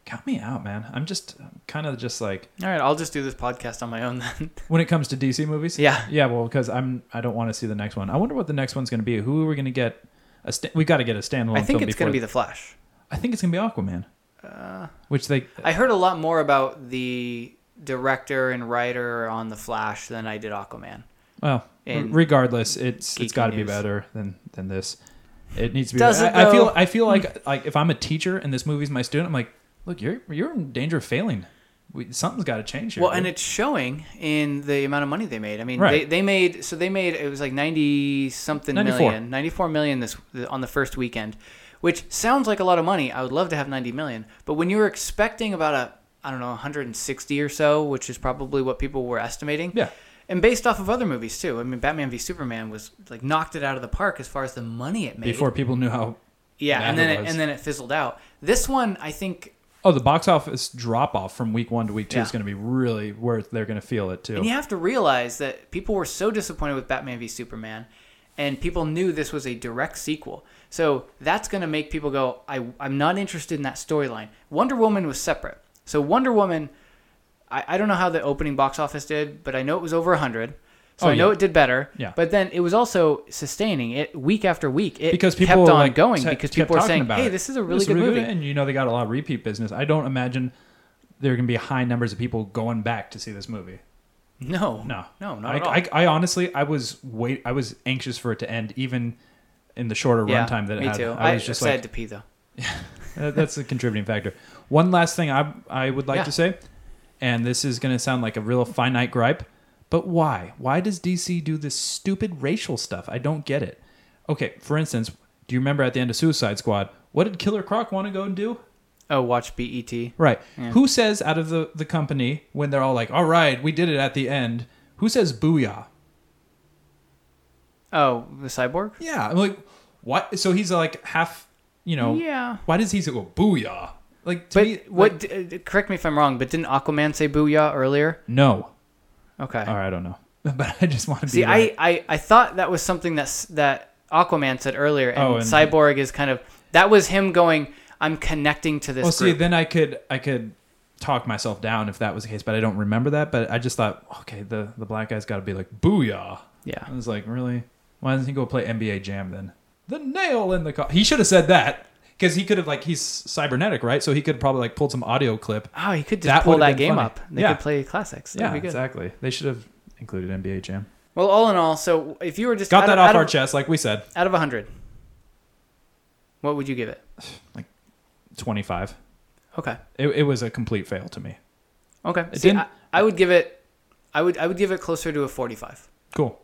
[SPEAKER 2] Count me out, man. I'm just kind of just like
[SPEAKER 1] All right, I'll just do this podcast on my own then.
[SPEAKER 2] when it comes to DC movies.
[SPEAKER 1] Yeah.
[SPEAKER 2] yeah. Well, because I'm I don't want to see the next one. I wonder what the next one's going to be. Who are we going to get? A sta we got to get a standalone.
[SPEAKER 1] I think
[SPEAKER 2] film
[SPEAKER 1] it's going to
[SPEAKER 2] before-
[SPEAKER 1] be the Uh. Flash.
[SPEAKER 2] I think it's going to be Aquaman. which they
[SPEAKER 1] I heard a lot more about the director and writer on the Flash than I did Aquaman.
[SPEAKER 2] Well, r-
[SPEAKER 1] And
[SPEAKER 2] regardless, it's
[SPEAKER 1] geeky
[SPEAKER 2] it's got to be
[SPEAKER 1] news.
[SPEAKER 2] better than than this. It needs to be.
[SPEAKER 1] Does it,
[SPEAKER 2] I, I feel
[SPEAKER 1] though?
[SPEAKER 2] I feel like like if I'm a teacher and this movie's my student, I'm like, look, you're you're in danger of failing. We, something's got to change here.
[SPEAKER 1] Well,
[SPEAKER 2] dude."
[SPEAKER 1] and it's showing in the amount of money they made. I mean,
[SPEAKER 2] Right.
[SPEAKER 1] they, they made so they made it was like ninety something
[SPEAKER 2] 94.
[SPEAKER 1] million, ninety four million this on the first weekend, which sounds like a lot of money. I would love to have ninety million, but when you were expecting about a I don't know one hundred and sixty or so, which is probably what people were estimating.
[SPEAKER 2] Yeah.
[SPEAKER 1] And based off of other movies too. I mean, Batman v Superman was like knocked it out of the park as far as the money it made.
[SPEAKER 2] before people knew how.
[SPEAKER 1] yeah,
[SPEAKER 2] bad
[SPEAKER 1] and then
[SPEAKER 2] it
[SPEAKER 1] it,
[SPEAKER 2] was.
[SPEAKER 1] and then it fizzled out. This one, I think
[SPEAKER 2] Oh, the box office drop off from week one to week two
[SPEAKER 1] Yeah.
[SPEAKER 2] is going to be really where they're going to feel it too.
[SPEAKER 1] And you have to realize that people were so disappointed with Batman v Superman, and people knew this was a direct sequel. So that's going to make people go, I, I'm not interested in that storyline. Wonder Woman was separate. So Wonder Woman, I, I don't know how the opening box office did, but I know it was over 100. So
[SPEAKER 2] Oh,
[SPEAKER 1] I know
[SPEAKER 2] yeah.
[SPEAKER 1] it did better.
[SPEAKER 2] Yeah.
[SPEAKER 1] But then it was also sustaining it week after week. It
[SPEAKER 2] because people
[SPEAKER 1] kept
[SPEAKER 2] were,
[SPEAKER 1] on
[SPEAKER 2] like,
[SPEAKER 1] going
[SPEAKER 2] te-
[SPEAKER 1] because
[SPEAKER 2] kept
[SPEAKER 1] people were
[SPEAKER 2] talking
[SPEAKER 1] saying,
[SPEAKER 2] about
[SPEAKER 1] hey,
[SPEAKER 2] it.
[SPEAKER 1] this is a really
[SPEAKER 2] This
[SPEAKER 1] good movie.
[SPEAKER 2] and you know they got a lot of repeat business. I don't imagine there are going to be high numbers of people going back to see this movie.
[SPEAKER 1] No.
[SPEAKER 2] No,
[SPEAKER 1] No, not
[SPEAKER 2] I,
[SPEAKER 1] at all.
[SPEAKER 2] I, I honestly, I was wait, I was anxious for it to end, even in the shorter
[SPEAKER 1] yeah,
[SPEAKER 2] runtime that it
[SPEAKER 1] me
[SPEAKER 2] had.
[SPEAKER 1] too.
[SPEAKER 2] I was
[SPEAKER 1] I
[SPEAKER 2] just
[SPEAKER 1] said I had
[SPEAKER 2] like,
[SPEAKER 1] to pee, though.
[SPEAKER 2] "Uh, that's a contributing factor. One last thing I I would like
[SPEAKER 1] Yeah.
[SPEAKER 2] to say, and this is going to sound like a real finite gripe, But why? Why does DC do this stupid racial stuff? I don't get it. Okay, for instance, do you remember at the end of Suicide Squad, what did Killer Croc want to go and do?
[SPEAKER 1] Oh, watch BET.
[SPEAKER 2] Right. Who says out of the, the company when they're all like, all right, we did it at the end, who says booyah?
[SPEAKER 1] Oh, the cyborg.
[SPEAKER 2] Yeah. I'm like, what? So he's like half, you know.
[SPEAKER 1] Yeah.
[SPEAKER 2] Why does he say, well, booyah? Like, to
[SPEAKER 1] But
[SPEAKER 2] me,
[SPEAKER 1] what?
[SPEAKER 2] like,
[SPEAKER 1] d- uh, correct me if I'm wrong, but didn't Aquaman say "booyah" earlier?
[SPEAKER 2] no.
[SPEAKER 1] Okay.
[SPEAKER 2] Or I don't know. But I just want to be.
[SPEAKER 1] See,
[SPEAKER 2] right.
[SPEAKER 1] I, I I thought that was something that's that Aquaman said earlier, and,
[SPEAKER 2] Oh, and-
[SPEAKER 1] Cyborg is kind of that was him going. I'm connecting to this.
[SPEAKER 2] Well, see,
[SPEAKER 1] group."
[SPEAKER 2] then I could I could talk myself down if that was the case, but I don't remember that. But I just thought, okay, the the black guy's got to be like booyah.
[SPEAKER 1] yeah.
[SPEAKER 2] I was like, really? Why doesn't he go play NBA Jam then? The nail in the co He should have said that because he could have like he's cybernetic, right? So he could probably like pulled some audio clip.
[SPEAKER 1] Oh, he could just
[SPEAKER 2] That
[SPEAKER 1] pull
[SPEAKER 2] would've
[SPEAKER 1] that
[SPEAKER 2] been
[SPEAKER 1] game
[SPEAKER 2] funny.
[SPEAKER 1] up. They
[SPEAKER 2] Yeah.
[SPEAKER 1] could play classics. That'd
[SPEAKER 2] yeah,
[SPEAKER 1] be good.
[SPEAKER 2] exactly. They should have included NBA Jam.
[SPEAKER 1] Well, all in all, so if you were just
[SPEAKER 2] Got
[SPEAKER 1] out
[SPEAKER 2] that
[SPEAKER 1] of,
[SPEAKER 2] off
[SPEAKER 1] out
[SPEAKER 2] our
[SPEAKER 1] of,
[SPEAKER 2] chest, like we said.
[SPEAKER 1] out of hundred, what would you give it?
[SPEAKER 2] Twenty five.
[SPEAKER 1] Okay.
[SPEAKER 2] It, it was a complete fail to me.
[SPEAKER 1] Okay.
[SPEAKER 2] It
[SPEAKER 1] See,
[SPEAKER 2] didn't-
[SPEAKER 1] I, I would give it. I would I would give it closer to a forty-five.
[SPEAKER 2] Cool.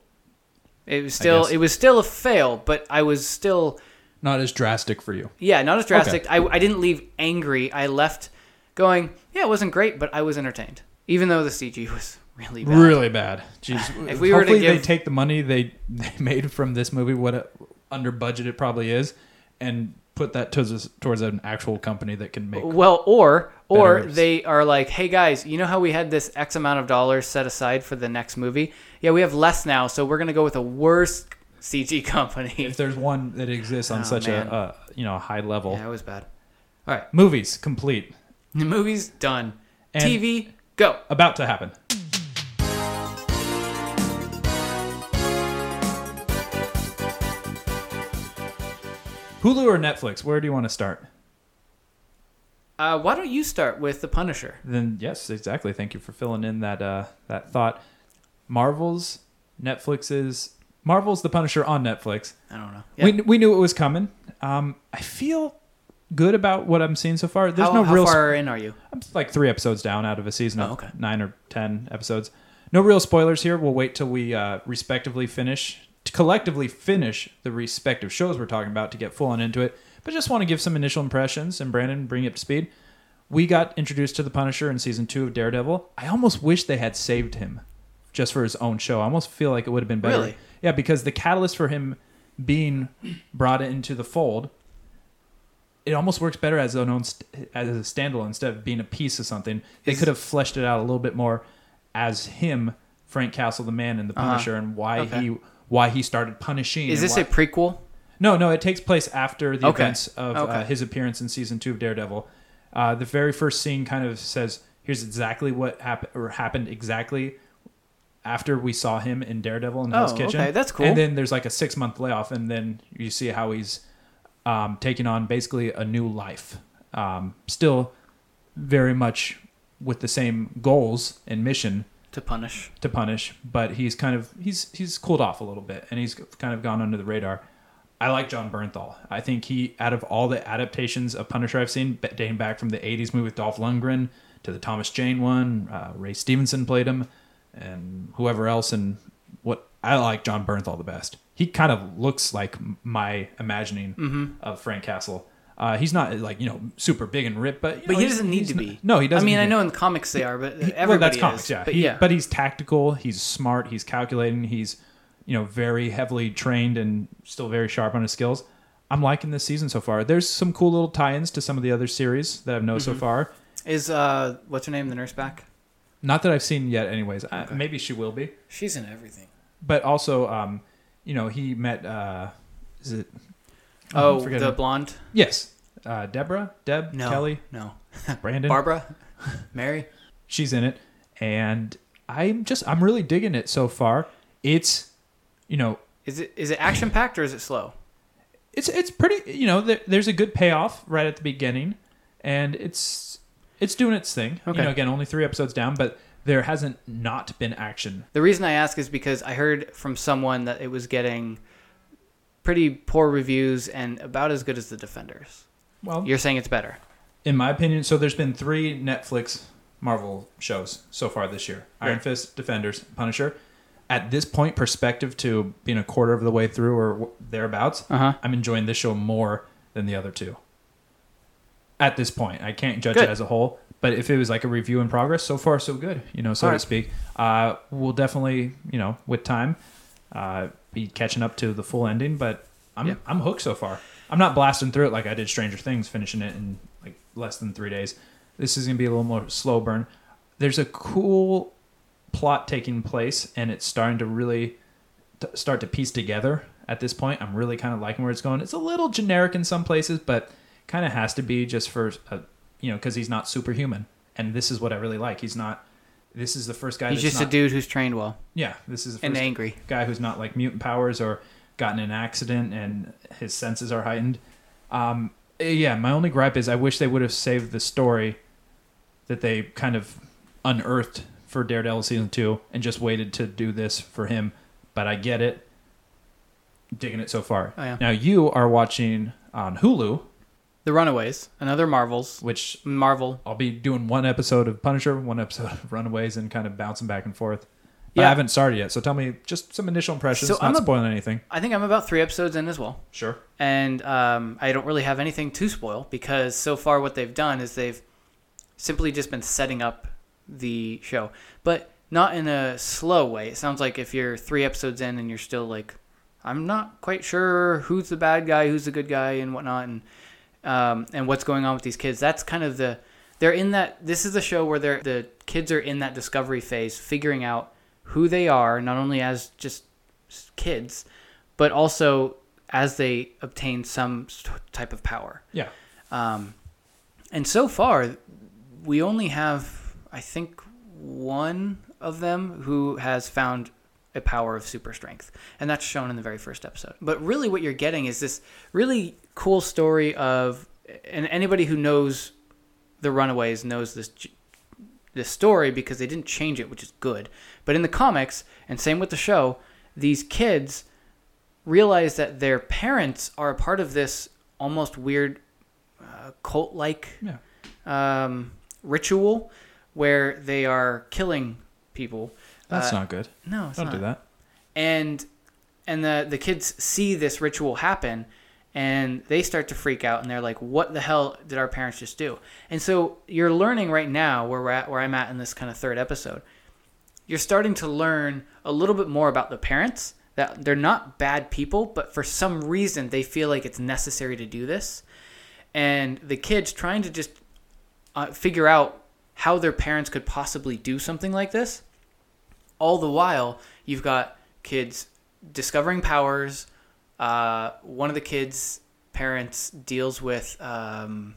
[SPEAKER 1] It was still
[SPEAKER 2] guess.
[SPEAKER 1] it was still a fail, but I was still
[SPEAKER 2] Not as drastic for you.
[SPEAKER 1] yeah not as drastic. I I didn't leave angry. I left going yeah it wasn't great, but I was entertained, even though the CG was really bad.
[SPEAKER 2] Really bad. Jeez.
[SPEAKER 1] If we were to
[SPEAKER 2] Hopefully they
[SPEAKER 1] give-
[SPEAKER 2] take the money they, they made from this movie, what a, under budget it probably is, and put that towards towards an actual company that can make.
[SPEAKER 1] Well, or or
[SPEAKER 2] Better.
[SPEAKER 1] they are like, hey guys, you know how we had this X amount of dollars set aside for the next movie? Yeah, we have less now, so we're gonna go with a worse CG company.
[SPEAKER 2] If there's one that exists on
[SPEAKER 1] Oh,
[SPEAKER 2] such
[SPEAKER 1] man.
[SPEAKER 2] a uh, you know high level,
[SPEAKER 1] yeah, it was bad.
[SPEAKER 2] movies complete
[SPEAKER 1] The movie's done.
[SPEAKER 2] And-
[SPEAKER 1] TV, go.
[SPEAKER 2] about to happen. Hulu or Netflix? Where do you want to start?
[SPEAKER 1] Uh, why don't you start with The Punisher?
[SPEAKER 2] Then yes, exactly. Thank you for filling in that uh, that thought. Marvel's, Netflix's, Marvel's The Punisher on Netflix.
[SPEAKER 1] I don't know.
[SPEAKER 2] We we knew it was coming. Um, I feel good about what I'm seeing so far. There's
[SPEAKER 1] how,
[SPEAKER 2] no
[SPEAKER 1] how
[SPEAKER 2] real.
[SPEAKER 1] far in are you?
[SPEAKER 2] I'm like three episodes down out of a season of
[SPEAKER 1] Oh, okay.
[SPEAKER 2] nine or ten episodes. No real spoilers here. We'll wait till we uh, respectively finish, to collectively finish the respective shows we're talking about to get full on into it. But just want to give some initial impressions and Brandon bring you up to speed. We got introduced to the Punisher in season two of Daredevil. I almost wish they had saved him just for his own show. I almost feel like it would have been better.
[SPEAKER 1] Really?
[SPEAKER 2] Yeah, because the catalyst for him being brought into the fold it almost works better as an own st- as a standalone instead of being a piece of something. They could have fleshed it out a little bit more as him, Frank Castle, the man and the Punisher, and why
[SPEAKER 1] Uh-huh. Okay.
[SPEAKER 2] he why he started punishing.
[SPEAKER 1] Is
[SPEAKER 2] and
[SPEAKER 1] this
[SPEAKER 2] why-
[SPEAKER 1] a prequel?
[SPEAKER 2] no, no, it takes place after the
[SPEAKER 1] Okay.
[SPEAKER 2] events of uh,
[SPEAKER 1] Okay.
[SPEAKER 2] his appearance in season two of Daredevil. Uh, the very first scene kind of says, "Here's exactly what happened, or happened exactly after we saw him in Daredevil in Hell's
[SPEAKER 1] Oh,
[SPEAKER 2] Kitchen."
[SPEAKER 1] okay, that's cool.
[SPEAKER 2] And then there's like a six month layoff, and then you see how he's um, taking on basically a new life. Um, still very much with the same goals and mission,
[SPEAKER 1] To punish.
[SPEAKER 2] to punish, but he's kind of he's he's cooled off a little bit and he's kind of gone under the radar. I like John Bernthal. I think he, out of all the adaptations of Punisher I've seen, ba- dating back from the '80s movie with Dolph Lundgren to the Thomas Jane one, uh, Ray Stevenson played him, and whoever else. And what I like John Bernthal the best. He kind of looks like m- my imagining
[SPEAKER 1] Mm-hmm.
[SPEAKER 2] of Frank Castle. Uh, he's not like you know super big and ripped, but you
[SPEAKER 1] But
[SPEAKER 2] know,
[SPEAKER 1] he
[SPEAKER 2] he's-
[SPEAKER 1] doesn't need
[SPEAKER 2] he's
[SPEAKER 1] to
[SPEAKER 2] n-
[SPEAKER 1] be.
[SPEAKER 2] No, he
[SPEAKER 1] I
[SPEAKER 2] doesn't.
[SPEAKER 1] mean,
[SPEAKER 2] need
[SPEAKER 1] I
[SPEAKER 2] to
[SPEAKER 1] know in the comics they are, but everybody
[SPEAKER 2] well, that's
[SPEAKER 1] is.
[SPEAKER 2] comics, yeah.
[SPEAKER 1] But
[SPEAKER 2] He-
[SPEAKER 1] yeah,
[SPEAKER 2] but he's tactical. He's smart. He's calculating. He's you know very heavily trained and still very sharp on his skills. I'm liking this season so far. There's some cool little tie-ins to some of the other series that I've noticed
[SPEAKER 1] Mm-hmm.
[SPEAKER 2] so far.
[SPEAKER 1] is uh, what's her name? The nurse back.
[SPEAKER 2] Not that I've seen yet, anyways. I- maybe she will be.
[SPEAKER 1] She's in everything.
[SPEAKER 2] But also, um, you know, he met. Uh, is it?
[SPEAKER 1] Oh,
[SPEAKER 2] forget
[SPEAKER 1] the
[SPEAKER 2] her-
[SPEAKER 1] blonde.
[SPEAKER 2] yes, uh, Deborah, Deb,
[SPEAKER 1] No,
[SPEAKER 2] Kelly,
[SPEAKER 1] No.
[SPEAKER 2] Brandon.
[SPEAKER 1] Barbara, Mary.
[SPEAKER 2] she's in it and i'm just i'm really digging it so far it's you know
[SPEAKER 1] Is it is it action packed or is it slow?
[SPEAKER 2] it's it's pretty you know there, there's a good payoff right at the beginning and it's it's doing its thing
[SPEAKER 1] Okay.
[SPEAKER 2] you know again only three episodes down but there hasn't not been action
[SPEAKER 1] The reason I ask is because I heard from someone that it was getting pretty poor reviews and about as good as the Defenders.
[SPEAKER 2] well
[SPEAKER 1] You're saying it's better.
[SPEAKER 2] in my opinion so there's been three netflix Marvel shows so far this year. Iron Fist, Defenders, Punisher. At this point, perspective to being a quarter of the way through or wh- thereabouts,
[SPEAKER 4] Uh-huh.
[SPEAKER 2] I'm enjoying this show more than the other two. At this point, I can't judge
[SPEAKER 1] Good.
[SPEAKER 2] it as a whole, but if it was like a review in progress, so far so good, you know, so
[SPEAKER 1] All
[SPEAKER 2] to
[SPEAKER 1] right.
[SPEAKER 2] speak. Uh, we'll definitely, you know, with time, uh, be catching up to the full ending, but I'm
[SPEAKER 1] Yeah.
[SPEAKER 2] I'm hooked so far. I'm not blasting through it like I did Stranger Things, finishing it in like less than three days. This is gonna be a little more slow burn. There's a cool plot taking place, and it's starting to really t- start to piece together. At this point, I'm really kind of liking where it's going. It's a little generic in some places, but kind of has to be just for a, you know because he's not superhuman, and this is what I really like. He's not. This is the first guy.
[SPEAKER 1] He's
[SPEAKER 2] that's
[SPEAKER 1] just
[SPEAKER 2] not,
[SPEAKER 1] a dude who's trained well
[SPEAKER 2] Yeah, this is the first
[SPEAKER 1] and angry.
[SPEAKER 2] guy who's not like mutant powers or gotten in an accident and his senses are heightened. Um, yeah, my only gripe is I wish they would have saved the story that they kind of unearthed for Daredevil season two and just waited to do this for him. But I get it. Digging it so far.
[SPEAKER 1] Oh, yeah.
[SPEAKER 2] Now you are watching on Hulu,
[SPEAKER 1] The Runaways, another Marvels,
[SPEAKER 2] which
[SPEAKER 1] Marvel.
[SPEAKER 2] I'll be doing one episode of Punisher, one episode of Runaways, and kind of bouncing back and forth. But I
[SPEAKER 1] Yeah.
[SPEAKER 2] haven't started yet, so tell me just some initial impressions.
[SPEAKER 1] So
[SPEAKER 2] not
[SPEAKER 1] I'm a-
[SPEAKER 2] spoiling anything.
[SPEAKER 1] I think I'm about three episodes in as well,
[SPEAKER 2] Sure.
[SPEAKER 1] and um, I don't really have anything to spoil because so far what they've done is they've simply just been setting up the show, but not in a slow way. It sounds like if you're three episodes in and you're still like, I'm not quite sure who's the bad guy, who's the good guy, and whatnot, and um, and what's going on with these kids. That's kind of the they're in that. This is a show where they're the kids are in that discovery phase, figuring out who they are, not only as just s- kids, but also as they obtain some s- type of power.
[SPEAKER 2] Yeah.
[SPEAKER 1] Um, and so far, we only have, I think, one of them who has found a power of super strength. And that's shown in the very first episode. But really, what you're getting is this really cool story of, and anybody who knows The Runaways knows this. j- This story because they didn't change it, which is good. But in the comics, and same with the show, these kids realize that their parents are a part of this almost weird uh, cult like
[SPEAKER 2] Yeah.
[SPEAKER 1] um, ritual where they are killing people.
[SPEAKER 2] That's
[SPEAKER 1] Uh,
[SPEAKER 2] not good.
[SPEAKER 1] no, it's
[SPEAKER 2] Don't
[SPEAKER 1] not.
[SPEAKER 2] do that.
[SPEAKER 1] And and the the kids see this ritual happen, and they start to freak out, and they're like, "What the hell did our parents just do?" And so you're learning right now where we're at, where I'm at in this kind of third episode. You're starting to learn a little bit more about the parents that they're not bad people, but for some reason they feel like it's necessary to do this, and the kids trying to just uh, figure out how their parents could possibly do something like this. All the while, you've got kids discovering powers. Uh, one of the kids' parents deals with um,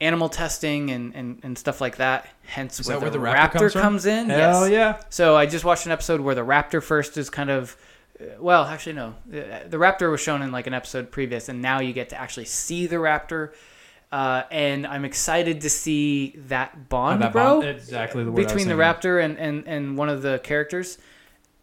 [SPEAKER 1] animal testing and, and, and stuff like that. Hence,
[SPEAKER 2] Is
[SPEAKER 1] where,
[SPEAKER 2] that
[SPEAKER 1] the
[SPEAKER 2] where the raptor
[SPEAKER 1] raptor, comes,
[SPEAKER 2] comes from?
[SPEAKER 1] in.
[SPEAKER 2] Hell
[SPEAKER 1] yes.
[SPEAKER 2] yeah.
[SPEAKER 1] So I just watched an episode where the raptor first is kind of, uh, well, actually no, Uh, the the raptor was shown in like an episode previous, and now you get to actually see the raptor, uh, and I'm excited to see that
[SPEAKER 2] Oh,
[SPEAKER 1] bond,
[SPEAKER 2] that
[SPEAKER 1] bro,
[SPEAKER 2] bond- exactly the word I was
[SPEAKER 1] between the
[SPEAKER 2] thinking.
[SPEAKER 1] raptor and, and and one of the characters,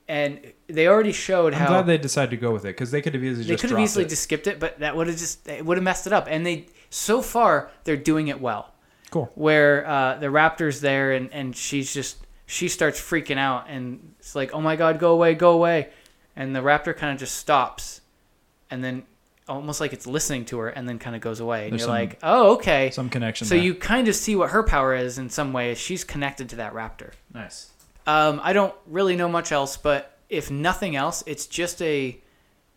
[SPEAKER 1] and they already showed
[SPEAKER 2] I'm
[SPEAKER 1] how
[SPEAKER 2] glad they decided to go with it because they could have easily
[SPEAKER 1] they
[SPEAKER 2] just
[SPEAKER 1] could have
[SPEAKER 2] dropped
[SPEAKER 1] easily
[SPEAKER 2] it.
[SPEAKER 1] just skipped it, but that would have just it would have messed it up, and they so far they're doing it well
[SPEAKER 2] cool.
[SPEAKER 1] where uh, the raptor's there and, and she's just she starts freaking out and it's like oh my god go away go away and the raptor kind of just stops and then almost like it's listening to her and then kind of goes away and
[SPEAKER 2] There's
[SPEAKER 1] you're
[SPEAKER 2] some-
[SPEAKER 1] like oh okay
[SPEAKER 2] Some connection.
[SPEAKER 1] so
[SPEAKER 2] there.
[SPEAKER 1] you kind of see what her power is in some way she's connected to that raptor
[SPEAKER 2] nice.
[SPEAKER 1] um, I don't really know much else, but if nothing else, it's just a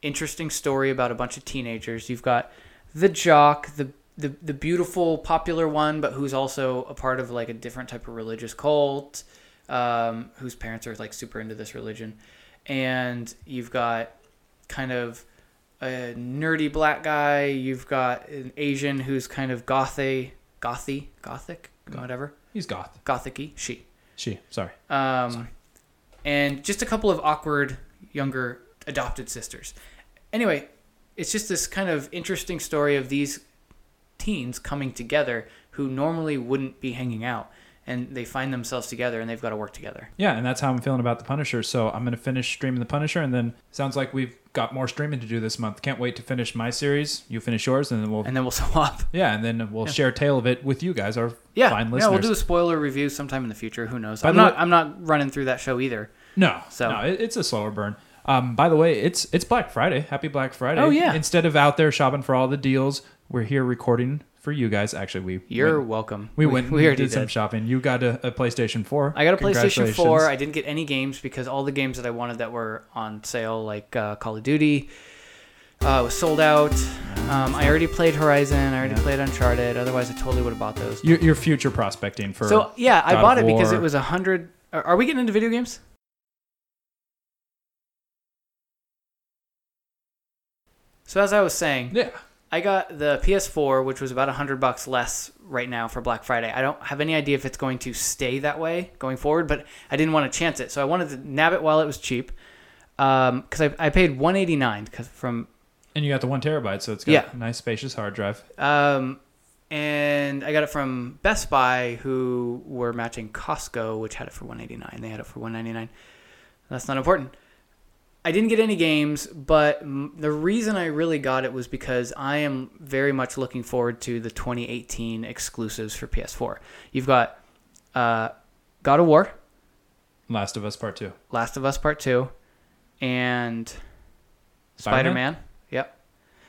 [SPEAKER 1] interesting story about a bunch of teenagers. You've got the jock, the the, the beautiful popular one, but who's also a part of like a different type of religious cult, um, whose parents are like super into this religion, and you've got kind of a nerdy black guy. You've got an Asian who's kind of gothy, gothy, gothic, whatever,
[SPEAKER 2] He's goth.
[SPEAKER 1] gothicy. She.
[SPEAKER 2] She. Sorry.
[SPEAKER 1] Um, and just a couple of awkward younger adopted sisters. Anyway, it's just this kind of interesting story of these teens coming together who normally wouldn't be hanging out and they find themselves together and they've got to work together.
[SPEAKER 2] Yeah, and that's how I'm feeling about the Punisher. So I'm gonna finish streaming the Punisher, and then sounds like we've got more streaming to do this month. Can't wait to finish my series. You finish yours, and then we'll
[SPEAKER 1] And then we'll swap.
[SPEAKER 2] yeah, and then we'll share a tale of it with you guys, our
[SPEAKER 1] Yeah,
[SPEAKER 2] fine
[SPEAKER 1] yeah.
[SPEAKER 2] listeners.
[SPEAKER 1] We'll do a spoiler review sometime in the future. Who knows?
[SPEAKER 2] By
[SPEAKER 1] I'm
[SPEAKER 2] the
[SPEAKER 1] not.
[SPEAKER 2] way-
[SPEAKER 1] I'm not running through that show either.
[SPEAKER 2] No,
[SPEAKER 1] So-
[SPEAKER 2] no, it, it's a slower burn. Um, by the way, it's it's Black Friday. Happy Black Friday!
[SPEAKER 1] Oh, yeah.
[SPEAKER 2] Instead of out there shopping for all the deals, we're here recording for you guys. Actually, we
[SPEAKER 1] You're
[SPEAKER 2] went,
[SPEAKER 1] welcome.
[SPEAKER 2] we went
[SPEAKER 1] We, already
[SPEAKER 2] did some
[SPEAKER 1] did.
[SPEAKER 2] shopping. You got a, a PlayStation Four.
[SPEAKER 1] I got a PlayStation 4. I
[SPEAKER 2] Congratulations.
[SPEAKER 1] didn't get any games because all the games that I wanted that were on sale, like uh, Call of Duty, uh, was sold out. Um, I already played Horizon. I already played Uncharted. Otherwise, I totally would have bought those.
[SPEAKER 2] Your, your future prospecting for
[SPEAKER 1] So yeah, I
[SPEAKER 2] God
[SPEAKER 1] bought
[SPEAKER 2] of
[SPEAKER 1] it because
[SPEAKER 2] War.
[SPEAKER 1] it was a hundred. Are are we getting into video games? So as I was saying,
[SPEAKER 2] yeah.
[SPEAKER 1] I got the PS4, which was about a hundred bucks less right now for Black Friday. I don't have any idea if it's going to stay that way going forward, but I didn't want to chance it, so I wanted to nab it while it was cheap. Um, because I, I paid one eighty nine because from
[SPEAKER 2] And you got the one terabyte, so it's got
[SPEAKER 1] Yeah.
[SPEAKER 2] a nice spacious hard drive.
[SPEAKER 1] Um, and I got it from Best Buy, who were matching Costco, which had it for 189. They had it for 199. That's not important. I didn't get any games, but m- the reason I really got it was because I am very much looking forward to the 2018 exclusives for PS4. You've got uh, God of War,
[SPEAKER 2] Last of Us Part Two.
[SPEAKER 1] Last of Us Part Two, and Spider Man. Yep.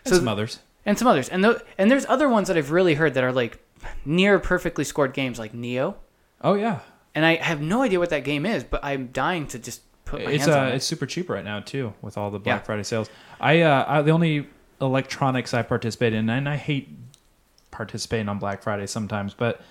[SPEAKER 2] So
[SPEAKER 1] So-
[SPEAKER 2] some others.
[SPEAKER 1] and some others. And tho- and there's other ones that I've really heard that are like near perfectly scored games, like Neo.
[SPEAKER 2] Oh yeah,
[SPEAKER 1] And I have no idea what that game is, but I'm dying to just put my
[SPEAKER 2] it's
[SPEAKER 1] hands
[SPEAKER 2] uh,
[SPEAKER 1] on it.
[SPEAKER 2] it's super cheap right now too with all the Black
[SPEAKER 1] Yeah.
[SPEAKER 2] Friday sales. I, uh, I the only electronics I participate in, and I hate participating on Black Friday sometimes, but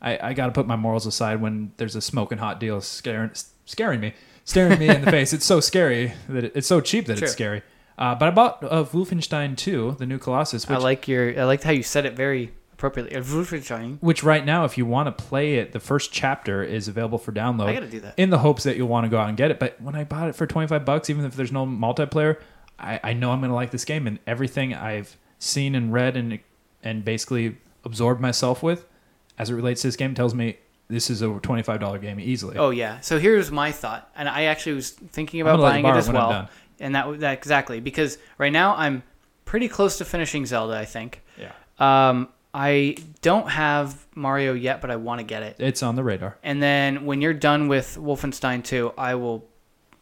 [SPEAKER 2] I, I got to put my morals aside when there's a smoking hot deal scaring scaring me, staring me in the face. It's so scary that it, it's so cheap that
[SPEAKER 1] Sure.
[SPEAKER 2] it's scary. Uh, but I bought uh, Wolfenstein 2, the new Colossus,
[SPEAKER 1] I
[SPEAKER 2] which
[SPEAKER 1] like your I liked how you said it very appropriately. Uh, Wolfenstein.
[SPEAKER 2] which right now if you want to play it the first chapter is available for download
[SPEAKER 1] I gotta do that.
[SPEAKER 2] in the hopes that you'll want to go out and get it but when i bought it for 25 bucks even if there's no multiplayer i, I know i'm going to like this game and everything i've seen and read and and basically absorbed myself with as it relates to this game tells me this is a $25 game easily
[SPEAKER 1] Oh yeah. So here's my thought, and I actually was thinking
[SPEAKER 2] I'm
[SPEAKER 1] about
[SPEAKER 2] gonna let
[SPEAKER 1] buying it
[SPEAKER 2] you borrow it
[SPEAKER 1] as
[SPEAKER 2] when I'm
[SPEAKER 1] well.
[SPEAKER 2] done.
[SPEAKER 1] And that that exactly because right now I'm pretty close to finishing Zelda. I think.
[SPEAKER 2] yeah
[SPEAKER 1] Um, I don't have Mario yet, but I want to get it.
[SPEAKER 2] it's on the radar
[SPEAKER 1] And then when you're done with Wolfenstein 2, I will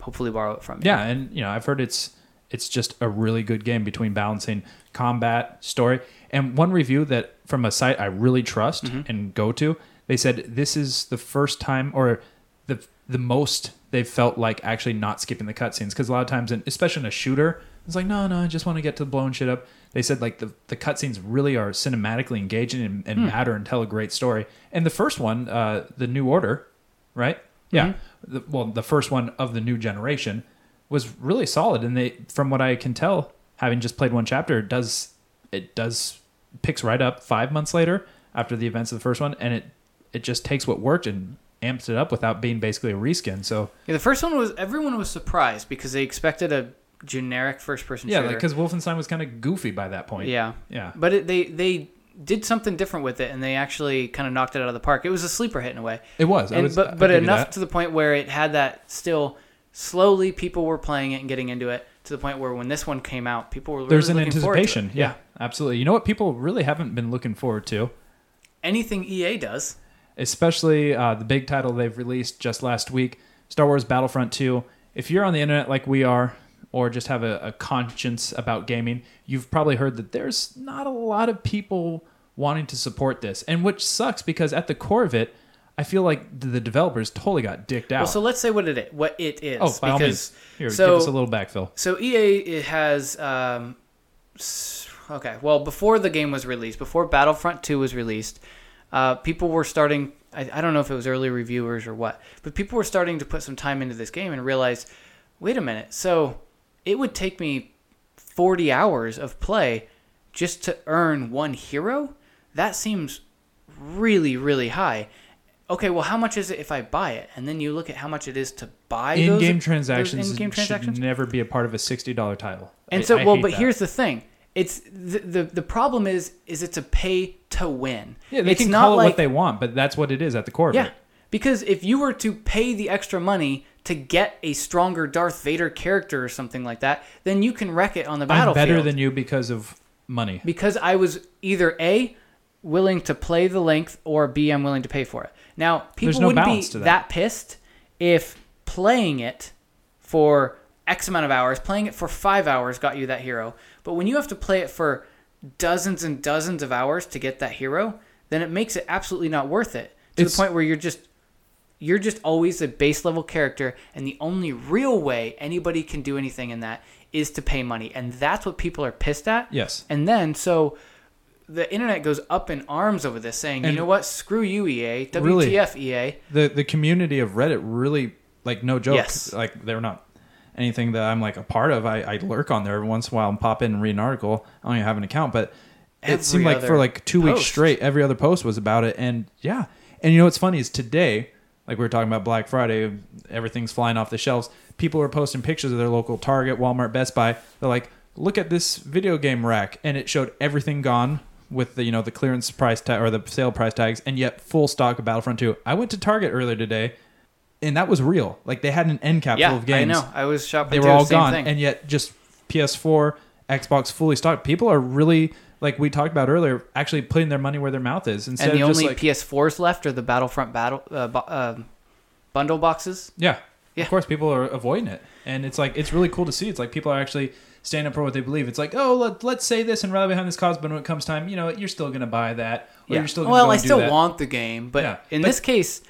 [SPEAKER 1] hopefully borrow it from you.
[SPEAKER 2] yeah and you know i've heard it's it's just a really good game between balancing combat story and one review that from a site i really trust and go to they said this is the first time or the the most they've felt like actually not skipping the cutscenes because a lot of times in, especially in a shooter it's like no no i just want to get to blowing shit up they said like the, the cutscenes really are cinematically engaging and, and matter and tell a great story and the first one uh, the new order right? Yeah. The, well, the first one of the new generation was really solid, and they, from what I can tell, having just played one chapter, it does it does picks right up five months later after the events of the first one, and it it just takes what worked and amps it up without being basically a reskin. So
[SPEAKER 1] Yeah, the first one was everyone was surprised because they expected a generic first person
[SPEAKER 2] yeah,
[SPEAKER 1] shooter.
[SPEAKER 2] because Wolfenstein was kind of goofy by that point.
[SPEAKER 1] yeah.
[SPEAKER 2] Yeah.
[SPEAKER 1] But it, they they did something different with it and they actually kind of knocked it out of the park. It was a sleeper hit in a way.
[SPEAKER 2] It was. I
[SPEAKER 1] And,
[SPEAKER 2] was- I'll
[SPEAKER 1] but but
[SPEAKER 2] give you
[SPEAKER 1] enough
[SPEAKER 2] that.
[SPEAKER 1] to the point where it had that still slowly people were playing it and getting into it to the point where when this one came out, people were really
[SPEAKER 2] There's an
[SPEAKER 1] looking forward to it.
[SPEAKER 2] anticipation. Yeah, absolutely. You know what people really haven't been looking forward to?
[SPEAKER 1] Anything EA does,
[SPEAKER 2] especially uh, the big title they've released just last week Star Wars Battlefront 2. If you're on the internet like we are, or just have a, a conscience about gaming, you've probably heard that there's not a lot of people wanting to support this. And which sucks because at the core of it, I feel like the developers totally got dicked out.
[SPEAKER 1] well, so let's say what it what it is
[SPEAKER 2] oh, by all means, here,
[SPEAKER 1] so
[SPEAKER 2] give us a little backfill.
[SPEAKER 1] So EA it has um, s- okay. Well, before the game was released, before Battlefront Two was released, uh, people were starting. I, I don't know if it was early reviewers or what, but people were starting to put some time into this game and realize, wait a minute. So it would take me forty hours of play just to earn one hero. That seems really really high. Okay, well, how much is it if I buy it? And then you look at how much it is to buy those-
[SPEAKER 2] In-game
[SPEAKER 1] those
[SPEAKER 2] transactions,
[SPEAKER 1] in-game
[SPEAKER 2] should never be a part of a $60 title.
[SPEAKER 1] and
[SPEAKER 2] I-
[SPEAKER 1] so,
[SPEAKER 2] I
[SPEAKER 1] well,
[SPEAKER 2] hate
[SPEAKER 1] but
[SPEAKER 2] that.
[SPEAKER 1] here's the thing: it's the, the the problem is is it's a pay to win.
[SPEAKER 2] Yeah, they
[SPEAKER 1] it's
[SPEAKER 2] can call it what they want, but that's what it is at the core of
[SPEAKER 1] Yeah,
[SPEAKER 2] it.
[SPEAKER 1] Because if you were to pay the extra money to get a stronger Darth Vader character or something like that, then you can wreck it on the
[SPEAKER 2] I'm
[SPEAKER 1] battlefield.
[SPEAKER 2] better than you because of money.
[SPEAKER 1] because I was either a willing to play the length or b I'm willing to pay for it. Now people
[SPEAKER 2] There's no
[SPEAKER 1] wouldn't be
[SPEAKER 2] balance to
[SPEAKER 1] that.
[SPEAKER 2] that.
[SPEAKER 1] pissed if playing it for X amount of hours, playing it for five hours got you that hero. But when you have to play it for dozens and dozens of hours to get that hero, then it makes it absolutely not worth it. To
[SPEAKER 2] It's-
[SPEAKER 1] the point where you're just you're just always a base level character and the only real way anybody can do anything in that is to pay money and that's what people are pissed at
[SPEAKER 2] Yes.
[SPEAKER 1] and then so the internet goes up in arms over this saying you
[SPEAKER 2] And-
[SPEAKER 1] know what screw you E ea wtf
[SPEAKER 2] Really?
[SPEAKER 1] ea
[SPEAKER 2] the the community of Reddit really like no joke.
[SPEAKER 1] Yes.
[SPEAKER 2] Like they're not anything that I'm like a part of. I, I lurk on there every once in a while and pop in and read an article. I don't even have an account, but
[SPEAKER 1] Every
[SPEAKER 2] it seemed like
[SPEAKER 1] other
[SPEAKER 2] for like two weeks
[SPEAKER 1] post.
[SPEAKER 2] straight, every other post was about it. And yeah, and you know what's funny is today, like we were talking about Black Friday, everything's flying off the shelves. People are posting pictures of their local Target, Walmart, Best Buy. They're like, look at this video game rack, and it showed everything gone with the you know the clearance price tag or the sale price tags, and yet full stock of Battlefront 2. I went to Target earlier today, and that was real. Like they had an end cap
[SPEAKER 1] yeah
[SPEAKER 2] full of games
[SPEAKER 1] i know i was shopping
[SPEAKER 2] they
[SPEAKER 1] too,
[SPEAKER 2] were all
[SPEAKER 1] same
[SPEAKER 2] gone
[SPEAKER 1] thing.
[SPEAKER 2] and yet just ps4 xbox fully stocked people are really like we talked about earlier actually putting their money where their mouth is instead
[SPEAKER 1] and the
[SPEAKER 2] of just
[SPEAKER 1] only
[SPEAKER 2] like
[SPEAKER 1] ps4s left are the battlefront battle uh, bu- um bundle boxes
[SPEAKER 2] yeah,
[SPEAKER 1] Yeah.
[SPEAKER 2] of course people are avoiding it and it's like it's really cool to see it's like people are actually standing up for what they believe it's like oh let, let's say this and rally behind this cause but when it comes time you know what, you're still gonna buy that or you're still gonna
[SPEAKER 1] well,
[SPEAKER 2] go
[SPEAKER 1] I
[SPEAKER 2] and do
[SPEAKER 1] still
[SPEAKER 2] that.
[SPEAKER 1] want the game, but
[SPEAKER 2] Yeah,
[SPEAKER 1] in
[SPEAKER 2] but-
[SPEAKER 1] this case,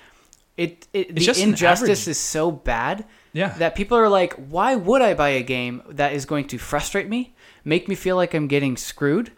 [SPEAKER 1] it, it the
[SPEAKER 2] just an
[SPEAKER 1] injustice
[SPEAKER 2] average.
[SPEAKER 1] is so bad
[SPEAKER 2] Yeah.
[SPEAKER 1] that people are like, why would I buy a game that is going to frustrate me, make me feel like I'm getting screwed,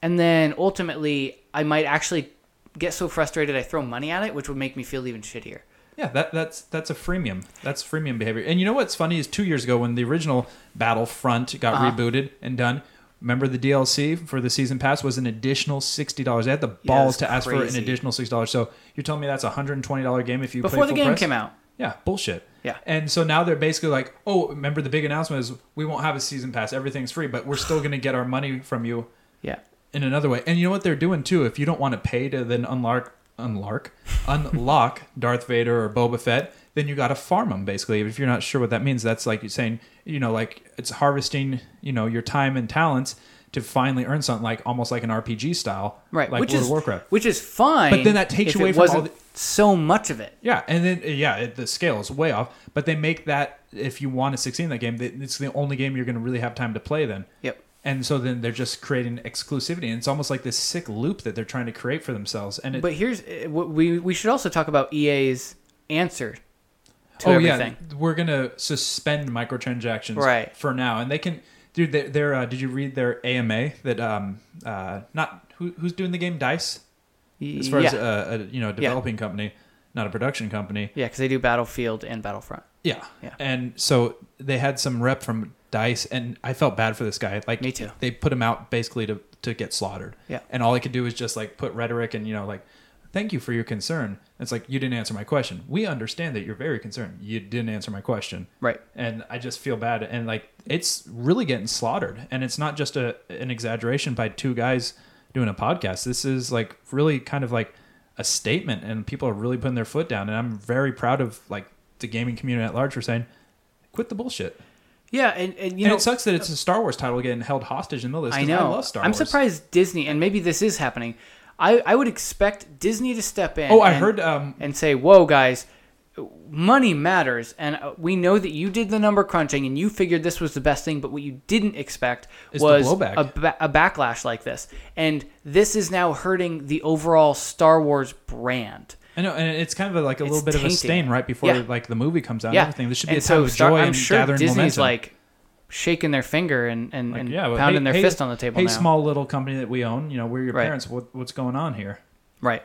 [SPEAKER 1] and then ultimately I might actually get so frustrated I throw money at it, which would make me feel even shittier.
[SPEAKER 2] Yeah, that, that's that's a freemium. That's freemium behavior. And you know what's funny is two years ago when the original Battlefront got
[SPEAKER 1] Uh-huh.
[SPEAKER 2] rebooted and done. Remember the DLC for the season pass was an additional sixty dollars. They had the balls
[SPEAKER 1] that's
[SPEAKER 2] to ask for an
[SPEAKER 1] crazy.
[SPEAKER 2] additional sixty dollars. So you're telling me that's a hundred and twenty dollar game if you play
[SPEAKER 1] Before the
[SPEAKER 2] full
[SPEAKER 1] game
[SPEAKER 2] price?
[SPEAKER 1] came out.
[SPEAKER 2] Yeah, bullshit.
[SPEAKER 1] Yeah.
[SPEAKER 2] And so now they're basically like, oh, remember the big announcement is we won't have a season pass. Everything's free, but we're still going to get our money from you
[SPEAKER 1] Yeah.
[SPEAKER 2] in another way. And you know what they're doing too? If you don't want to pay to then unlock, unlock, unlock Darth Vader or Boba Fett, then you got to farm them basically. If you're not sure what that means, that's like you saying, you know, like it's harvesting, you know, your time and talents to finally earn something, like almost like an RPG style,
[SPEAKER 1] Right.
[SPEAKER 2] Like
[SPEAKER 1] which
[SPEAKER 2] World
[SPEAKER 1] is
[SPEAKER 2] of Warcraft.
[SPEAKER 1] Which is fine.
[SPEAKER 2] But then that takes
[SPEAKER 1] if
[SPEAKER 2] away
[SPEAKER 1] it
[SPEAKER 2] from all
[SPEAKER 1] wasn't so much of it.
[SPEAKER 2] Yeah, and then yeah, it, the scale is way off. But they make that if you want to succeed in that game, that it's the only game you're going to really have time to play. Then.
[SPEAKER 1] Yep.
[SPEAKER 2] And so then they're just creating exclusivity, and it's almost like this sick loop that they're trying to create for themselves. And it,
[SPEAKER 1] But here's eh, what we we should also talk about EA's answer to
[SPEAKER 2] oh
[SPEAKER 1] everything.
[SPEAKER 2] yeah, we're gonna suspend microtransactions
[SPEAKER 1] Right.
[SPEAKER 2] for now, and they can. Dude, they're, they're, uh, did you read their AMA that um uh not who, who's doing the game Dice as far
[SPEAKER 1] yeah.
[SPEAKER 2] as uh, a you know developing company, not a production company.
[SPEAKER 1] Yeah, because they do Battlefield and Battlefront.
[SPEAKER 2] Yeah.
[SPEAKER 1] Yeah.
[SPEAKER 2] And so they had some rep from Dice, and I felt bad for this guy. Like
[SPEAKER 1] Me too.
[SPEAKER 2] They put him out basically to to get slaughtered.
[SPEAKER 1] Yeah.
[SPEAKER 2] And all I could do is just like put rhetoric and you know like, thank you for your concern. It's like you didn't answer my question. We understand that you're very concerned. You didn't answer my question.
[SPEAKER 1] Right.
[SPEAKER 2] And I just feel bad. And like it's really getting slaughtered. And it's not just a an exaggeration by two guys doing a podcast. This is like really kind of like a statement and people are really putting their foot down and I'm very proud of like the gaming community at large for saying quit the bullshit.
[SPEAKER 1] Yeah, and, and you
[SPEAKER 2] and
[SPEAKER 1] know,
[SPEAKER 2] it sucks that it's a Star Wars title getting held hostage in the middle of this.
[SPEAKER 1] I
[SPEAKER 2] 'cause
[SPEAKER 1] know.
[SPEAKER 2] I love Star
[SPEAKER 1] am
[SPEAKER 2] Wars.
[SPEAKER 1] surprised Disney, and maybe this is happening. I, I would expect Disney to step in.
[SPEAKER 2] Oh, I
[SPEAKER 1] and-
[SPEAKER 2] heard um
[SPEAKER 1] and say, "Whoa, guys, money matters, and uh, we know that you did the number crunching and you figured this was the best thing, but what you didn't expect
[SPEAKER 2] Is the
[SPEAKER 1] was
[SPEAKER 2] blowback.
[SPEAKER 1] a, ba- a backlash like this, and this is now hurting the overall Star Wars brand."
[SPEAKER 2] I know, and it's kind of a, like a little
[SPEAKER 1] It's
[SPEAKER 2] bit of a
[SPEAKER 1] tainting
[SPEAKER 2] stain
[SPEAKER 1] it.
[SPEAKER 2] right before
[SPEAKER 1] Yeah.
[SPEAKER 2] like the movie comes out.
[SPEAKER 1] yeah,
[SPEAKER 2] and everything. This should be
[SPEAKER 1] and
[SPEAKER 2] a time
[SPEAKER 1] so
[SPEAKER 2] of
[SPEAKER 1] Star-
[SPEAKER 2] joy
[SPEAKER 1] I'm
[SPEAKER 2] and
[SPEAKER 1] sure
[SPEAKER 2] gathering
[SPEAKER 1] Disney's
[SPEAKER 2] momentum.
[SPEAKER 1] like shaking their finger and and, and
[SPEAKER 2] well,
[SPEAKER 1] pounding
[SPEAKER 2] hey-
[SPEAKER 1] their
[SPEAKER 2] hey-
[SPEAKER 1] fist on the table
[SPEAKER 2] Hey,
[SPEAKER 1] now.
[SPEAKER 2] small little company that we own, you know, we're your
[SPEAKER 1] Right.
[SPEAKER 2] parents. What, what's going on here?
[SPEAKER 1] right?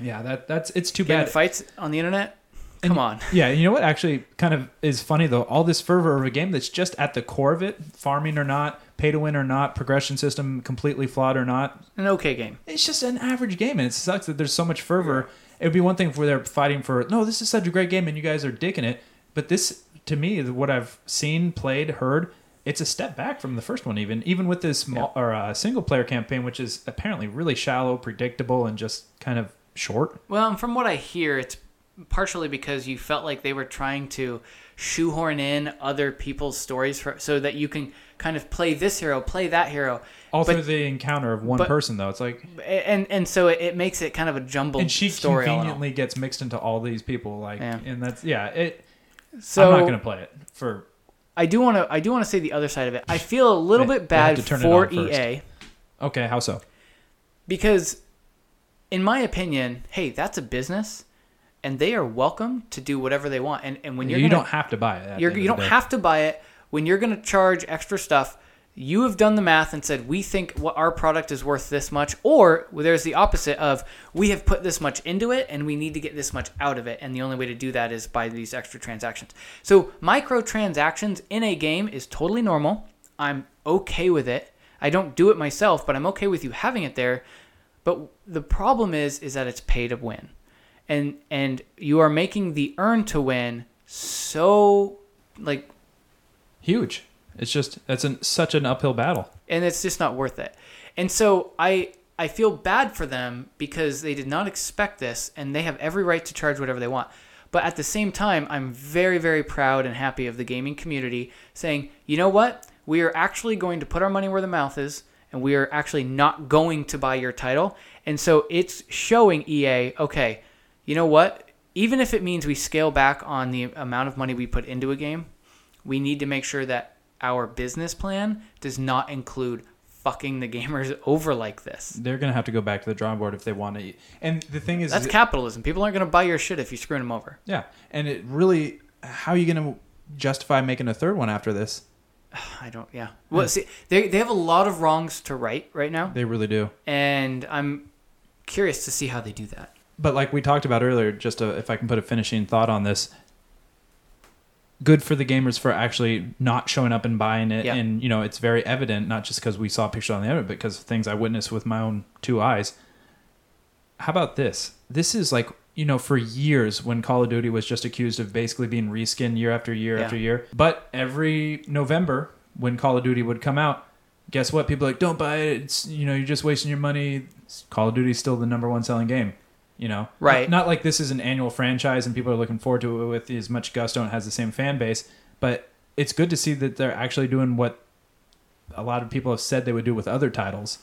[SPEAKER 2] Yeah, that that's it's too
[SPEAKER 1] Getting
[SPEAKER 2] bad.
[SPEAKER 1] fights on the internet. Come on.
[SPEAKER 2] Yeah, you know what? Actually, kind of is funny though. All this fervor of a game that's just at the core of it, farming or not, pay to win or not, progression system completely flawed or not.
[SPEAKER 1] An okay game.
[SPEAKER 2] It's just an average game, and it sucks that there's so much fervor. It would be one thing if they're fighting for no, this is such a great game, and you guys are dicking it. But this, to me, what I've seen, played, heard, it's a step back from the first one. Even even with this mul- or uh, single player campaign, which is apparently really shallow, predictable, and just kind of short.
[SPEAKER 1] Well, and from what I hear, it's partially because you felt like they were trying to shoehorn in other people's stories for, so that you can kind of play this hero, play that hero.
[SPEAKER 2] All
[SPEAKER 1] but-
[SPEAKER 2] through the encounter of one
[SPEAKER 1] but-
[SPEAKER 2] person, though, it's like,
[SPEAKER 1] and and so it, it makes it kind of a jumbled
[SPEAKER 2] and she
[SPEAKER 1] story. all in all.
[SPEAKER 2] conveniently gets mixed into all these people, like,
[SPEAKER 1] Yeah.
[SPEAKER 2] and that's yeah. It.
[SPEAKER 1] So
[SPEAKER 2] I'm not gonna play it for.
[SPEAKER 1] I do want to I do want to say the other side of it. I feel a little
[SPEAKER 2] They-
[SPEAKER 1] bit
[SPEAKER 2] they have
[SPEAKER 1] bad
[SPEAKER 2] to turn it
[SPEAKER 1] for E
[SPEAKER 2] on first.
[SPEAKER 1] EA
[SPEAKER 2] Okay, how so?
[SPEAKER 1] because in my opinion, hey, that's a business and they are welcome to do whatever they want. And and when
[SPEAKER 2] You
[SPEAKER 1] you're gonna,
[SPEAKER 2] don't have to buy it. at the
[SPEAKER 1] you're,
[SPEAKER 2] end
[SPEAKER 1] you
[SPEAKER 2] of the
[SPEAKER 1] don't
[SPEAKER 2] day.
[SPEAKER 1] have to buy it when you're going to charge extra stuff you have done the math and said we think what our product is worth this much or there's the opposite of we have put this much into it and we need to get this much out of it and the only way to do that is by these extra transactions so microtransactions in a game is totally normal i'm okay with it i don't do it myself but i'm okay with you having it there but the problem is is that it's pay to win and and you are making the earn to win so like
[SPEAKER 2] Huge. It's just that's an such an uphill battle.
[SPEAKER 1] and it's just not worth it. And so I I feel bad for them because they did not expect this and they have every right to charge whatever they want. But at the same time, I'm very very proud and happy of the gaming community saying, "You know what? We are actually going to put our money where the mouth is and we are actually not going to buy your title." And so it's showing EA, okay, you know what? Even if it means we scale back on the amount of money we put into a game, we need to make sure that our business plan does not include fucking the gamers over like this.
[SPEAKER 2] They're gonna have to go back to the drawing board if they want to. And the thing is,
[SPEAKER 1] That's
[SPEAKER 2] is-
[SPEAKER 1] capitalism. People aren't going to buy your shit if you're screwing them over.
[SPEAKER 2] yeah. And it really, how are you gonna justify making a third one after this?
[SPEAKER 1] I don't. Yeah. Well, see, they they have a lot of wrongs to right right now,
[SPEAKER 2] They really do.
[SPEAKER 1] and I'm curious to see how they do that.
[SPEAKER 2] But like we talked about earlier, just to, if I can put a finishing thought on this, good for the gamers for actually not showing up and buying it.
[SPEAKER 1] Yeah.
[SPEAKER 2] And you know, it's very evident, not just because we saw a picture on the internet, but because of things I witnessed with my own two eyes. How about this? This is like you know, for years when Call of Duty was just accused of basically being reskinned year after year
[SPEAKER 1] Yeah.
[SPEAKER 2] after year, but every November when Call of Duty would come out. Guess what? People are like don't buy it. It's you know you're just wasting your money. Call of Duty's still the number one selling game. You know,
[SPEAKER 1] Right.
[SPEAKER 2] Not, not like this is an annual franchise and people are looking forward to it with as much gusto and it has the same fan base, but it's good to see that they're actually doing what a lot of people have said they would do with other titles,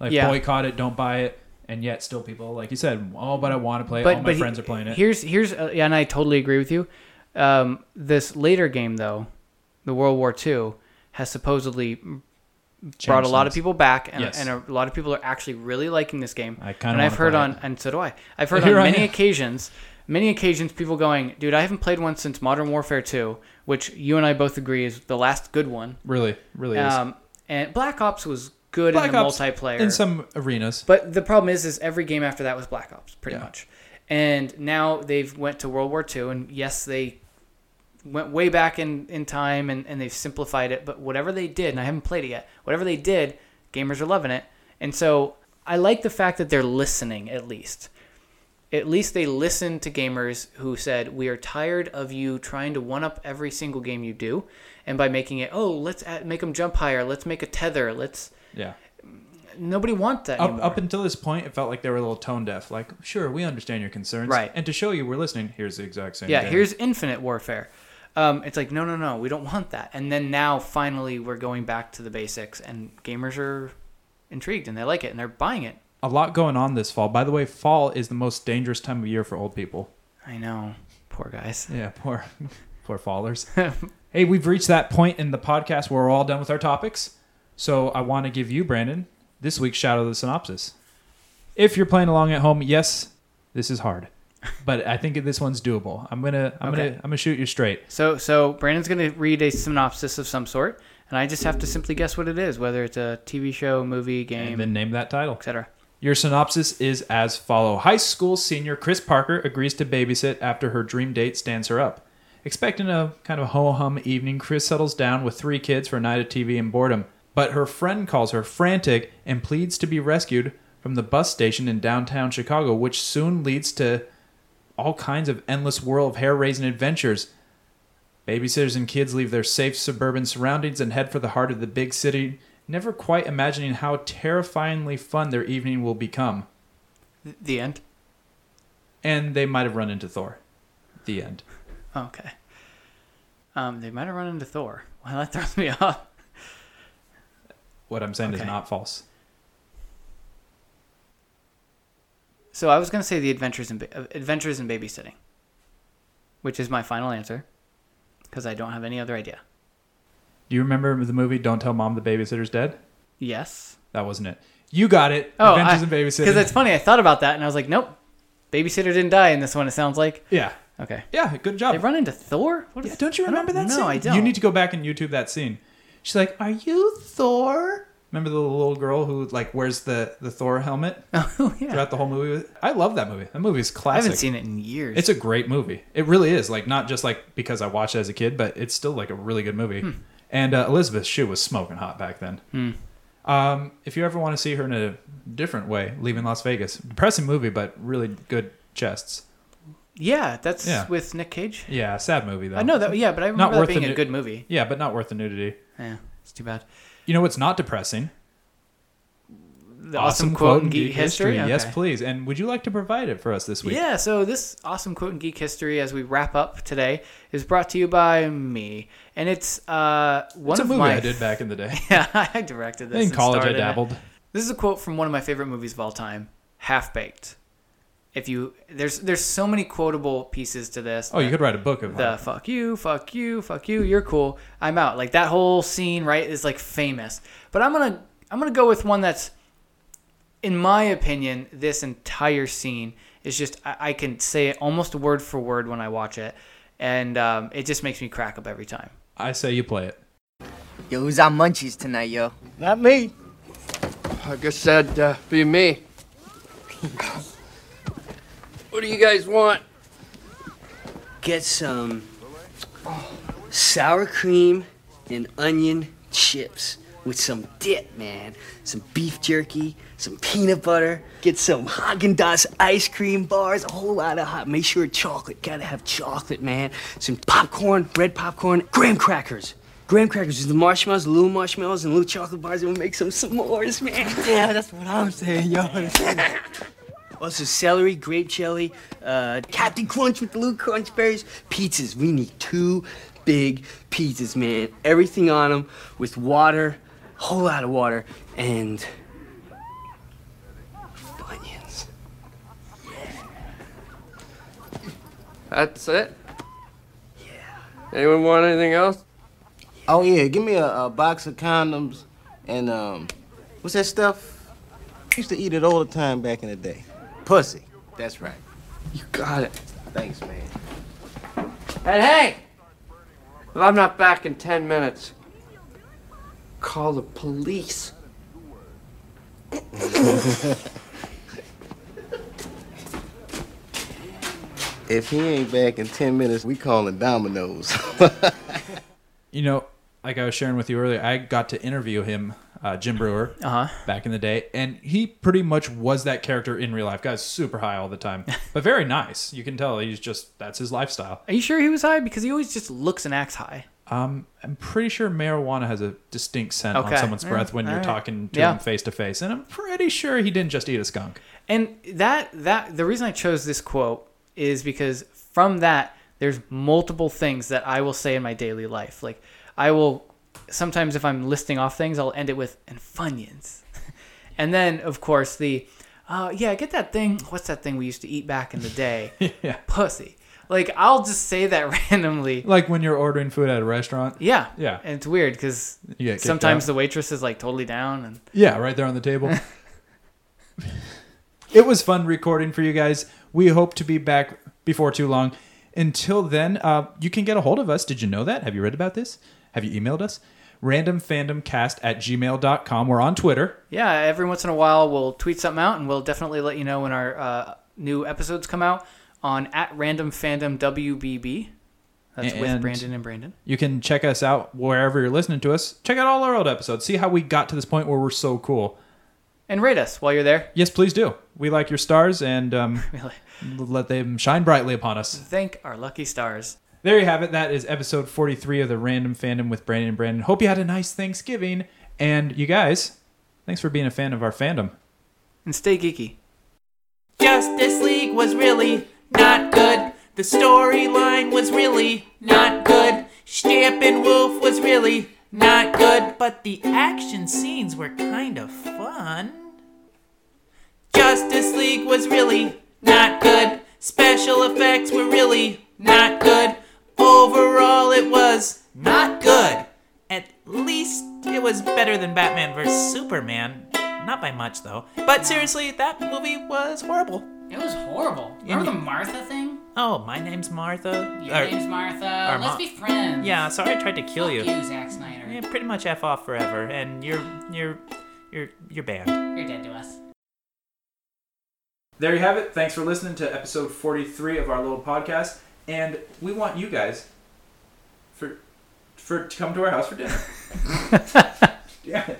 [SPEAKER 2] like
[SPEAKER 1] Yeah.
[SPEAKER 2] boycott it, don't buy it, and yet still people, like you said, oh, but I want to play it. All my
[SPEAKER 1] he-
[SPEAKER 2] friends are playing it.
[SPEAKER 1] Here's here's uh, yeah, and I totally agree with you. Um, this later game though, the World War II has supposedly brought a lot of
[SPEAKER 2] things.
[SPEAKER 1] people back, and,
[SPEAKER 2] Yes.
[SPEAKER 1] and a lot of people are actually really liking this game.
[SPEAKER 2] I kinda
[SPEAKER 1] and I've
[SPEAKER 2] wanna
[SPEAKER 1] heard
[SPEAKER 2] play
[SPEAKER 1] on, uh, and so do I. I've heard on
[SPEAKER 2] Here I
[SPEAKER 1] many
[SPEAKER 2] am.
[SPEAKER 1] occasions, many occasions, people going, "Dude, I haven't played one since Modern Warfare 2, which you and I both agree is the last good one."
[SPEAKER 2] really, really is.
[SPEAKER 1] Um, and Black Ops was good
[SPEAKER 2] Black
[SPEAKER 1] in the
[SPEAKER 2] Ops
[SPEAKER 1] multiplayer
[SPEAKER 2] In some arenas,
[SPEAKER 1] but the problem is, is every game after that was Black Ops, pretty
[SPEAKER 2] Yeah.
[SPEAKER 1] much. And now they've went to World War II, and yes, they went way back in, in time, and, and they've simplified it. But whatever they did, and I haven't played it yet, whatever they did, gamers are loving it. And so I like the fact that they're listening at least. At least they listened to gamers who said, "We are tired of you trying to one up every single game you do, and by making it, oh, let's add, make them jump higher, let's make a tether, let's."
[SPEAKER 2] yeah.
[SPEAKER 1] Nobody wants that
[SPEAKER 2] Up,
[SPEAKER 1] anymore.
[SPEAKER 2] up until this point, it felt like they were a little tone deaf. Like, sure, we understand your concerns,
[SPEAKER 1] Right.
[SPEAKER 2] And to show you we're listening, here's the exact same.
[SPEAKER 1] yeah
[SPEAKER 2] game.
[SPEAKER 1] here's infinite warfare um, it's like no no no we don't want that and then now finally we're going back to the basics and gamers are intrigued and they like it and they're buying it
[SPEAKER 2] a lot going on this fall. By the way, fall is the most dangerous time of year for old people.
[SPEAKER 1] i know poor guys
[SPEAKER 2] Yeah, poor, poor fallers. hey, we've reached that point in the podcast where we're all done with our topics. So I want to give you, Brandon, this week's shout out of the synopsis. If you're playing along at home, yes, this is hard, but I think this one's doable. I'm gonna, I'm
[SPEAKER 1] Okay.
[SPEAKER 2] gonna, I'm gonna shoot you straight.
[SPEAKER 1] so so brandon's going to read a synopsis of some sort and i just have to simply guess what it is whether it's a tv show movie
[SPEAKER 2] And
[SPEAKER 1] game
[SPEAKER 2] then name that title.
[SPEAKER 1] etc
[SPEAKER 2] Your synopsis is as follow. High school senior Chris Parker agrees to babysit after her dream date stands her up. Expecting a kind of ho-hum evening, Chris settles down with three kids for a night of TV and boredom. But her friend calls her frantic and pleads to be rescued from the bus station in downtown Chicago, which soon leads to all kinds of endless whirl of hair-raising adventures. Babysitters and kids leave their safe suburban surroundings and head for the heart of the big city, never quite imagining how terrifyingly fun their evening will become.
[SPEAKER 1] the end
[SPEAKER 2] And they might have run into Thor. The end.
[SPEAKER 1] Okay. Um, they might have run into Thor. Well, that throws me off.
[SPEAKER 2] What I'm saying is
[SPEAKER 1] Okay.
[SPEAKER 2] not false.
[SPEAKER 1] So I was going to say the adventures in ba- uh, adventures in babysitting, which is my final answer, because I don't have any other idea.
[SPEAKER 2] Do you remember the movie Don't Tell Mom the Babysitter's Dead?
[SPEAKER 1] Yes.
[SPEAKER 2] That wasn't it. You got it.
[SPEAKER 1] Oh,
[SPEAKER 2] Adventures in
[SPEAKER 1] Because
[SPEAKER 2] Babysitting.
[SPEAKER 1] it's funny. I thought about that and I was like, nope. Babysitter didn't die in this one. It sounds like.
[SPEAKER 2] Yeah.
[SPEAKER 1] Okay.
[SPEAKER 2] Yeah, good
[SPEAKER 1] They
[SPEAKER 2] job.
[SPEAKER 1] run into Thor. What
[SPEAKER 2] Yeah, don't you
[SPEAKER 1] I
[SPEAKER 2] remember that
[SPEAKER 1] no,
[SPEAKER 2] scene?
[SPEAKER 1] I don't.
[SPEAKER 2] You need to go back and YouTube that scene. She's like, "Are you Thor?" Remember the little girl who like wears the the Thor helmet
[SPEAKER 1] Oh yeah.
[SPEAKER 2] throughout the whole movie? I love that movie. That movie is
[SPEAKER 1] I
[SPEAKER 2] classic.
[SPEAKER 1] haven't seen it in years.
[SPEAKER 2] It's a great movie. It really is. Like not just like because I watched it as a kid, but it's still like a really good movie.
[SPEAKER 1] Hmm.
[SPEAKER 2] And uh, Elizabeth Shue was smoking hot back then. Um, if you ever want to see her in a different way, Leaving Las Vegas, depressing movie, but really good chests.
[SPEAKER 1] yeah, that's
[SPEAKER 2] Yeah.
[SPEAKER 1] with Nick Cage.
[SPEAKER 2] Yeah, sad movie though.
[SPEAKER 1] I know that. Yeah, but I remember that
[SPEAKER 2] worth
[SPEAKER 1] being
[SPEAKER 2] the
[SPEAKER 1] a
[SPEAKER 2] nu-
[SPEAKER 1] good movie.
[SPEAKER 2] Yeah, but not worth the nudity.
[SPEAKER 1] Yeah, it's too bad.
[SPEAKER 2] You know what's not depressing?
[SPEAKER 1] The awesome, quote in geek
[SPEAKER 2] Geek
[SPEAKER 1] history.
[SPEAKER 2] Yes,
[SPEAKER 1] Okay.
[SPEAKER 2] please. And would you like to provide it for us this week?
[SPEAKER 1] Yeah, so this awesome quote in geek history as we wrap up today is brought to you by me, and it's uh one
[SPEAKER 2] It's a
[SPEAKER 1] of
[SPEAKER 2] movie
[SPEAKER 1] my
[SPEAKER 2] I did back in the day.
[SPEAKER 1] yeah, I directed this
[SPEAKER 2] In
[SPEAKER 1] and
[SPEAKER 2] college, I
[SPEAKER 1] starred in it.
[SPEAKER 2] dabbled.
[SPEAKER 1] This is a quote from one of my favorite movies of all time, Half Baked. If you there's there's so many quotable pieces to this.
[SPEAKER 2] Oh, you could write a book of
[SPEAKER 1] the
[SPEAKER 2] that.
[SPEAKER 1] fuck you, fuck you, fuck you, you're cool. I'm out. Like that whole scene, right, is like famous. But I'm gonna I'm gonna go with one that's in my opinion, this entire scene is just I, I can say it almost word for word when I watch it. And um, it just makes me crack up every time.
[SPEAKER 2] I say you play it.
[SPEAKER 5] Yo, who's on munchies tonight, yo?
[SPEAKER 6] Not me.
[SPEAKER 7] I guess that'd uh, be me. what do you guys want?
[SPEAKER 5] Get some sour cream and onion chips with some dip, man. Some beef jerky, some peanut butter. Get some Haagen Dazs ice cream bars, a whole lot of hot. Make sure chocolate. Gotta have chocolate, man. Some popcorn, red popcorn, graham crackers. Graham crackers with the marshmallows, little marshmallows, and little chocolate bars. and We'll make some s'mores, man. Yeah, that's what I'm saying, yo. Also, celery, grape jelly, uh, Captain Crunch with the little crunch berries, pizzas. We need two big pizzas, man. Everything on them with water, whole lot of water, and bunions.
[SPEAKER 7] That's it? Yeah. Anyone want anything else?
[SPEAKER 6] Oh yeah, give me a, a box of condoms and um, what's that stuff? I used to eat it all the time back in the day. Pussy. That's right.
[SPEAKER 7] You got it.
[SPEAKER 6] Thanks, man.
[SPEAKER 7] And hey! If I'm not back in 10 minutes, call the police.
[SPEAKER 6] If he ain't back in ten minutes, we calling Domino's.
[SPEAKER 2] You know, like I was sharing with you earlier, I got to interview him, uh, Jim Brewer,
[SPEAKER 1] Uh-huh.
[SPEAKER 2] back in the day, and he pretty much was that character in real life. Guy's super high all the time, but very nice. You can tell he's just that's his lifestyle.
[SPEAKER 1] Are you sure he was high? Because he always just looks and acts high.
[SPEAKER 2] Um, I'm pretty sure marijuana has a distinct scent
[SPEAKER 1] Okay.
[SPEAKER 2] on someone's
[SPEAKER 1] Yeah,
[SPEAKER 2] breath when you're
[SPEAKER 1] alright.
[SPEAKER 2] talking to
[SPEAKER 1] Yeah.
[SPEAKER 2] him face to face, and I'm pretty sure he didn't just eat a skunk.
[SPEAKER 1] And that that the reason I chose this quote is because from that there's multiple things that I will say in my daily life. Like I will sometimes if I'm listing off things, I'll end it with and funyuns. and then of course the uh, yeah, get that thing. What's that thing we used to eat back in the day?
[SPEAKER 2] Yeah.
[SPEAKER 1] Pussy. Like I'll just say that randomly.
[SPEAKER 2] Like when you're ordering food at a restaurant.
[SPEAKER 1] Yeah.
[SPEAKER 2] Yeah.
[SPEAKER 1] And it's weird because
[SPEAKER 2] You get kicked
[SPEAKER 1] sometimes
[SPEAKER 2] out.
[SPEAKER 1] the waitress is like totally down and
[SPEAKER 2] Yeah, right there on the table. it was fun recording for you guys. We hope to be back before too long. Until then, uh, you can get a hold of us. Did you know that? Have you read about this? Have you emailed us? randomfandomcast at gmail.com. We're on Twitter.
[SPEAKER 1] Yeah, every once in a while we'll tweet something out, and we'll definitely let you know when our uh, new episodes come out on at random fandom WBB. That's
[SPEAKER 2] And-
[SPEAKER 1] with Brandon and Brandon.
[SPEAKER 2] You can check us out wherever you're listening to us. Check out all our old episodes. See how we got to this point where we're so cool.
[SPEAKER 1] And rate us while you're there.
[SPEAKER 2] Yes, please do. We like your stars and um,
[SPEAKER 1] Really,
[SPEAKER 2] let them shine brightly upon us.
[SPEAKER 1] thank our lucky stars.
[SPEAKER 2] There you have it. That is episode 43 of the Random Fandom with Brandon and Brandon. Hope you had a nice Thanksgiving. And you guys, thanks for being a fan of our fandom.
[SPEAKER 1] And stay geeky.
[SPEAKER 8] Justice League was really not good. The storyline was really not good. Steppenwolf was really not good, but the action scenes were kind of fun. Justice League was really not good. Special effects were really not good. Overall, it was not good. At least it was better than Batman vs. Superman. Not by much, though. But seriously, that movie was horrible.
[SPEAKER 9] It was horrible. Remember the Martha thing?
[SPEAKER 8] Oh, my name's Martha.
[SPEAKER 9] Your
[SPEAKER 8] Or-
[SPEAKER 9] name's Martha.
[SPEAKER 8] or
[SPEAKER 9] Let's
[SPEAKER 8] Ma-
[SPEAKER 9] be friends.
[SPEAKER 8] yeah, sorry I tried to kill
[SPEAKER 9] Fuck
[SPEAKER 8] you.
[SPEAKER 9] you, Zack Snyder.
[SPEAKER 8] Yeah, pretty much f off forever, and you're you're you're you're banned.
[SPEAKER 9] You're dead to us.
[SPEAKER 2] There you have it. Thanks for listening to episode 43 of our little podcast. And we want you guys for for to come to our house for dinner. yeah.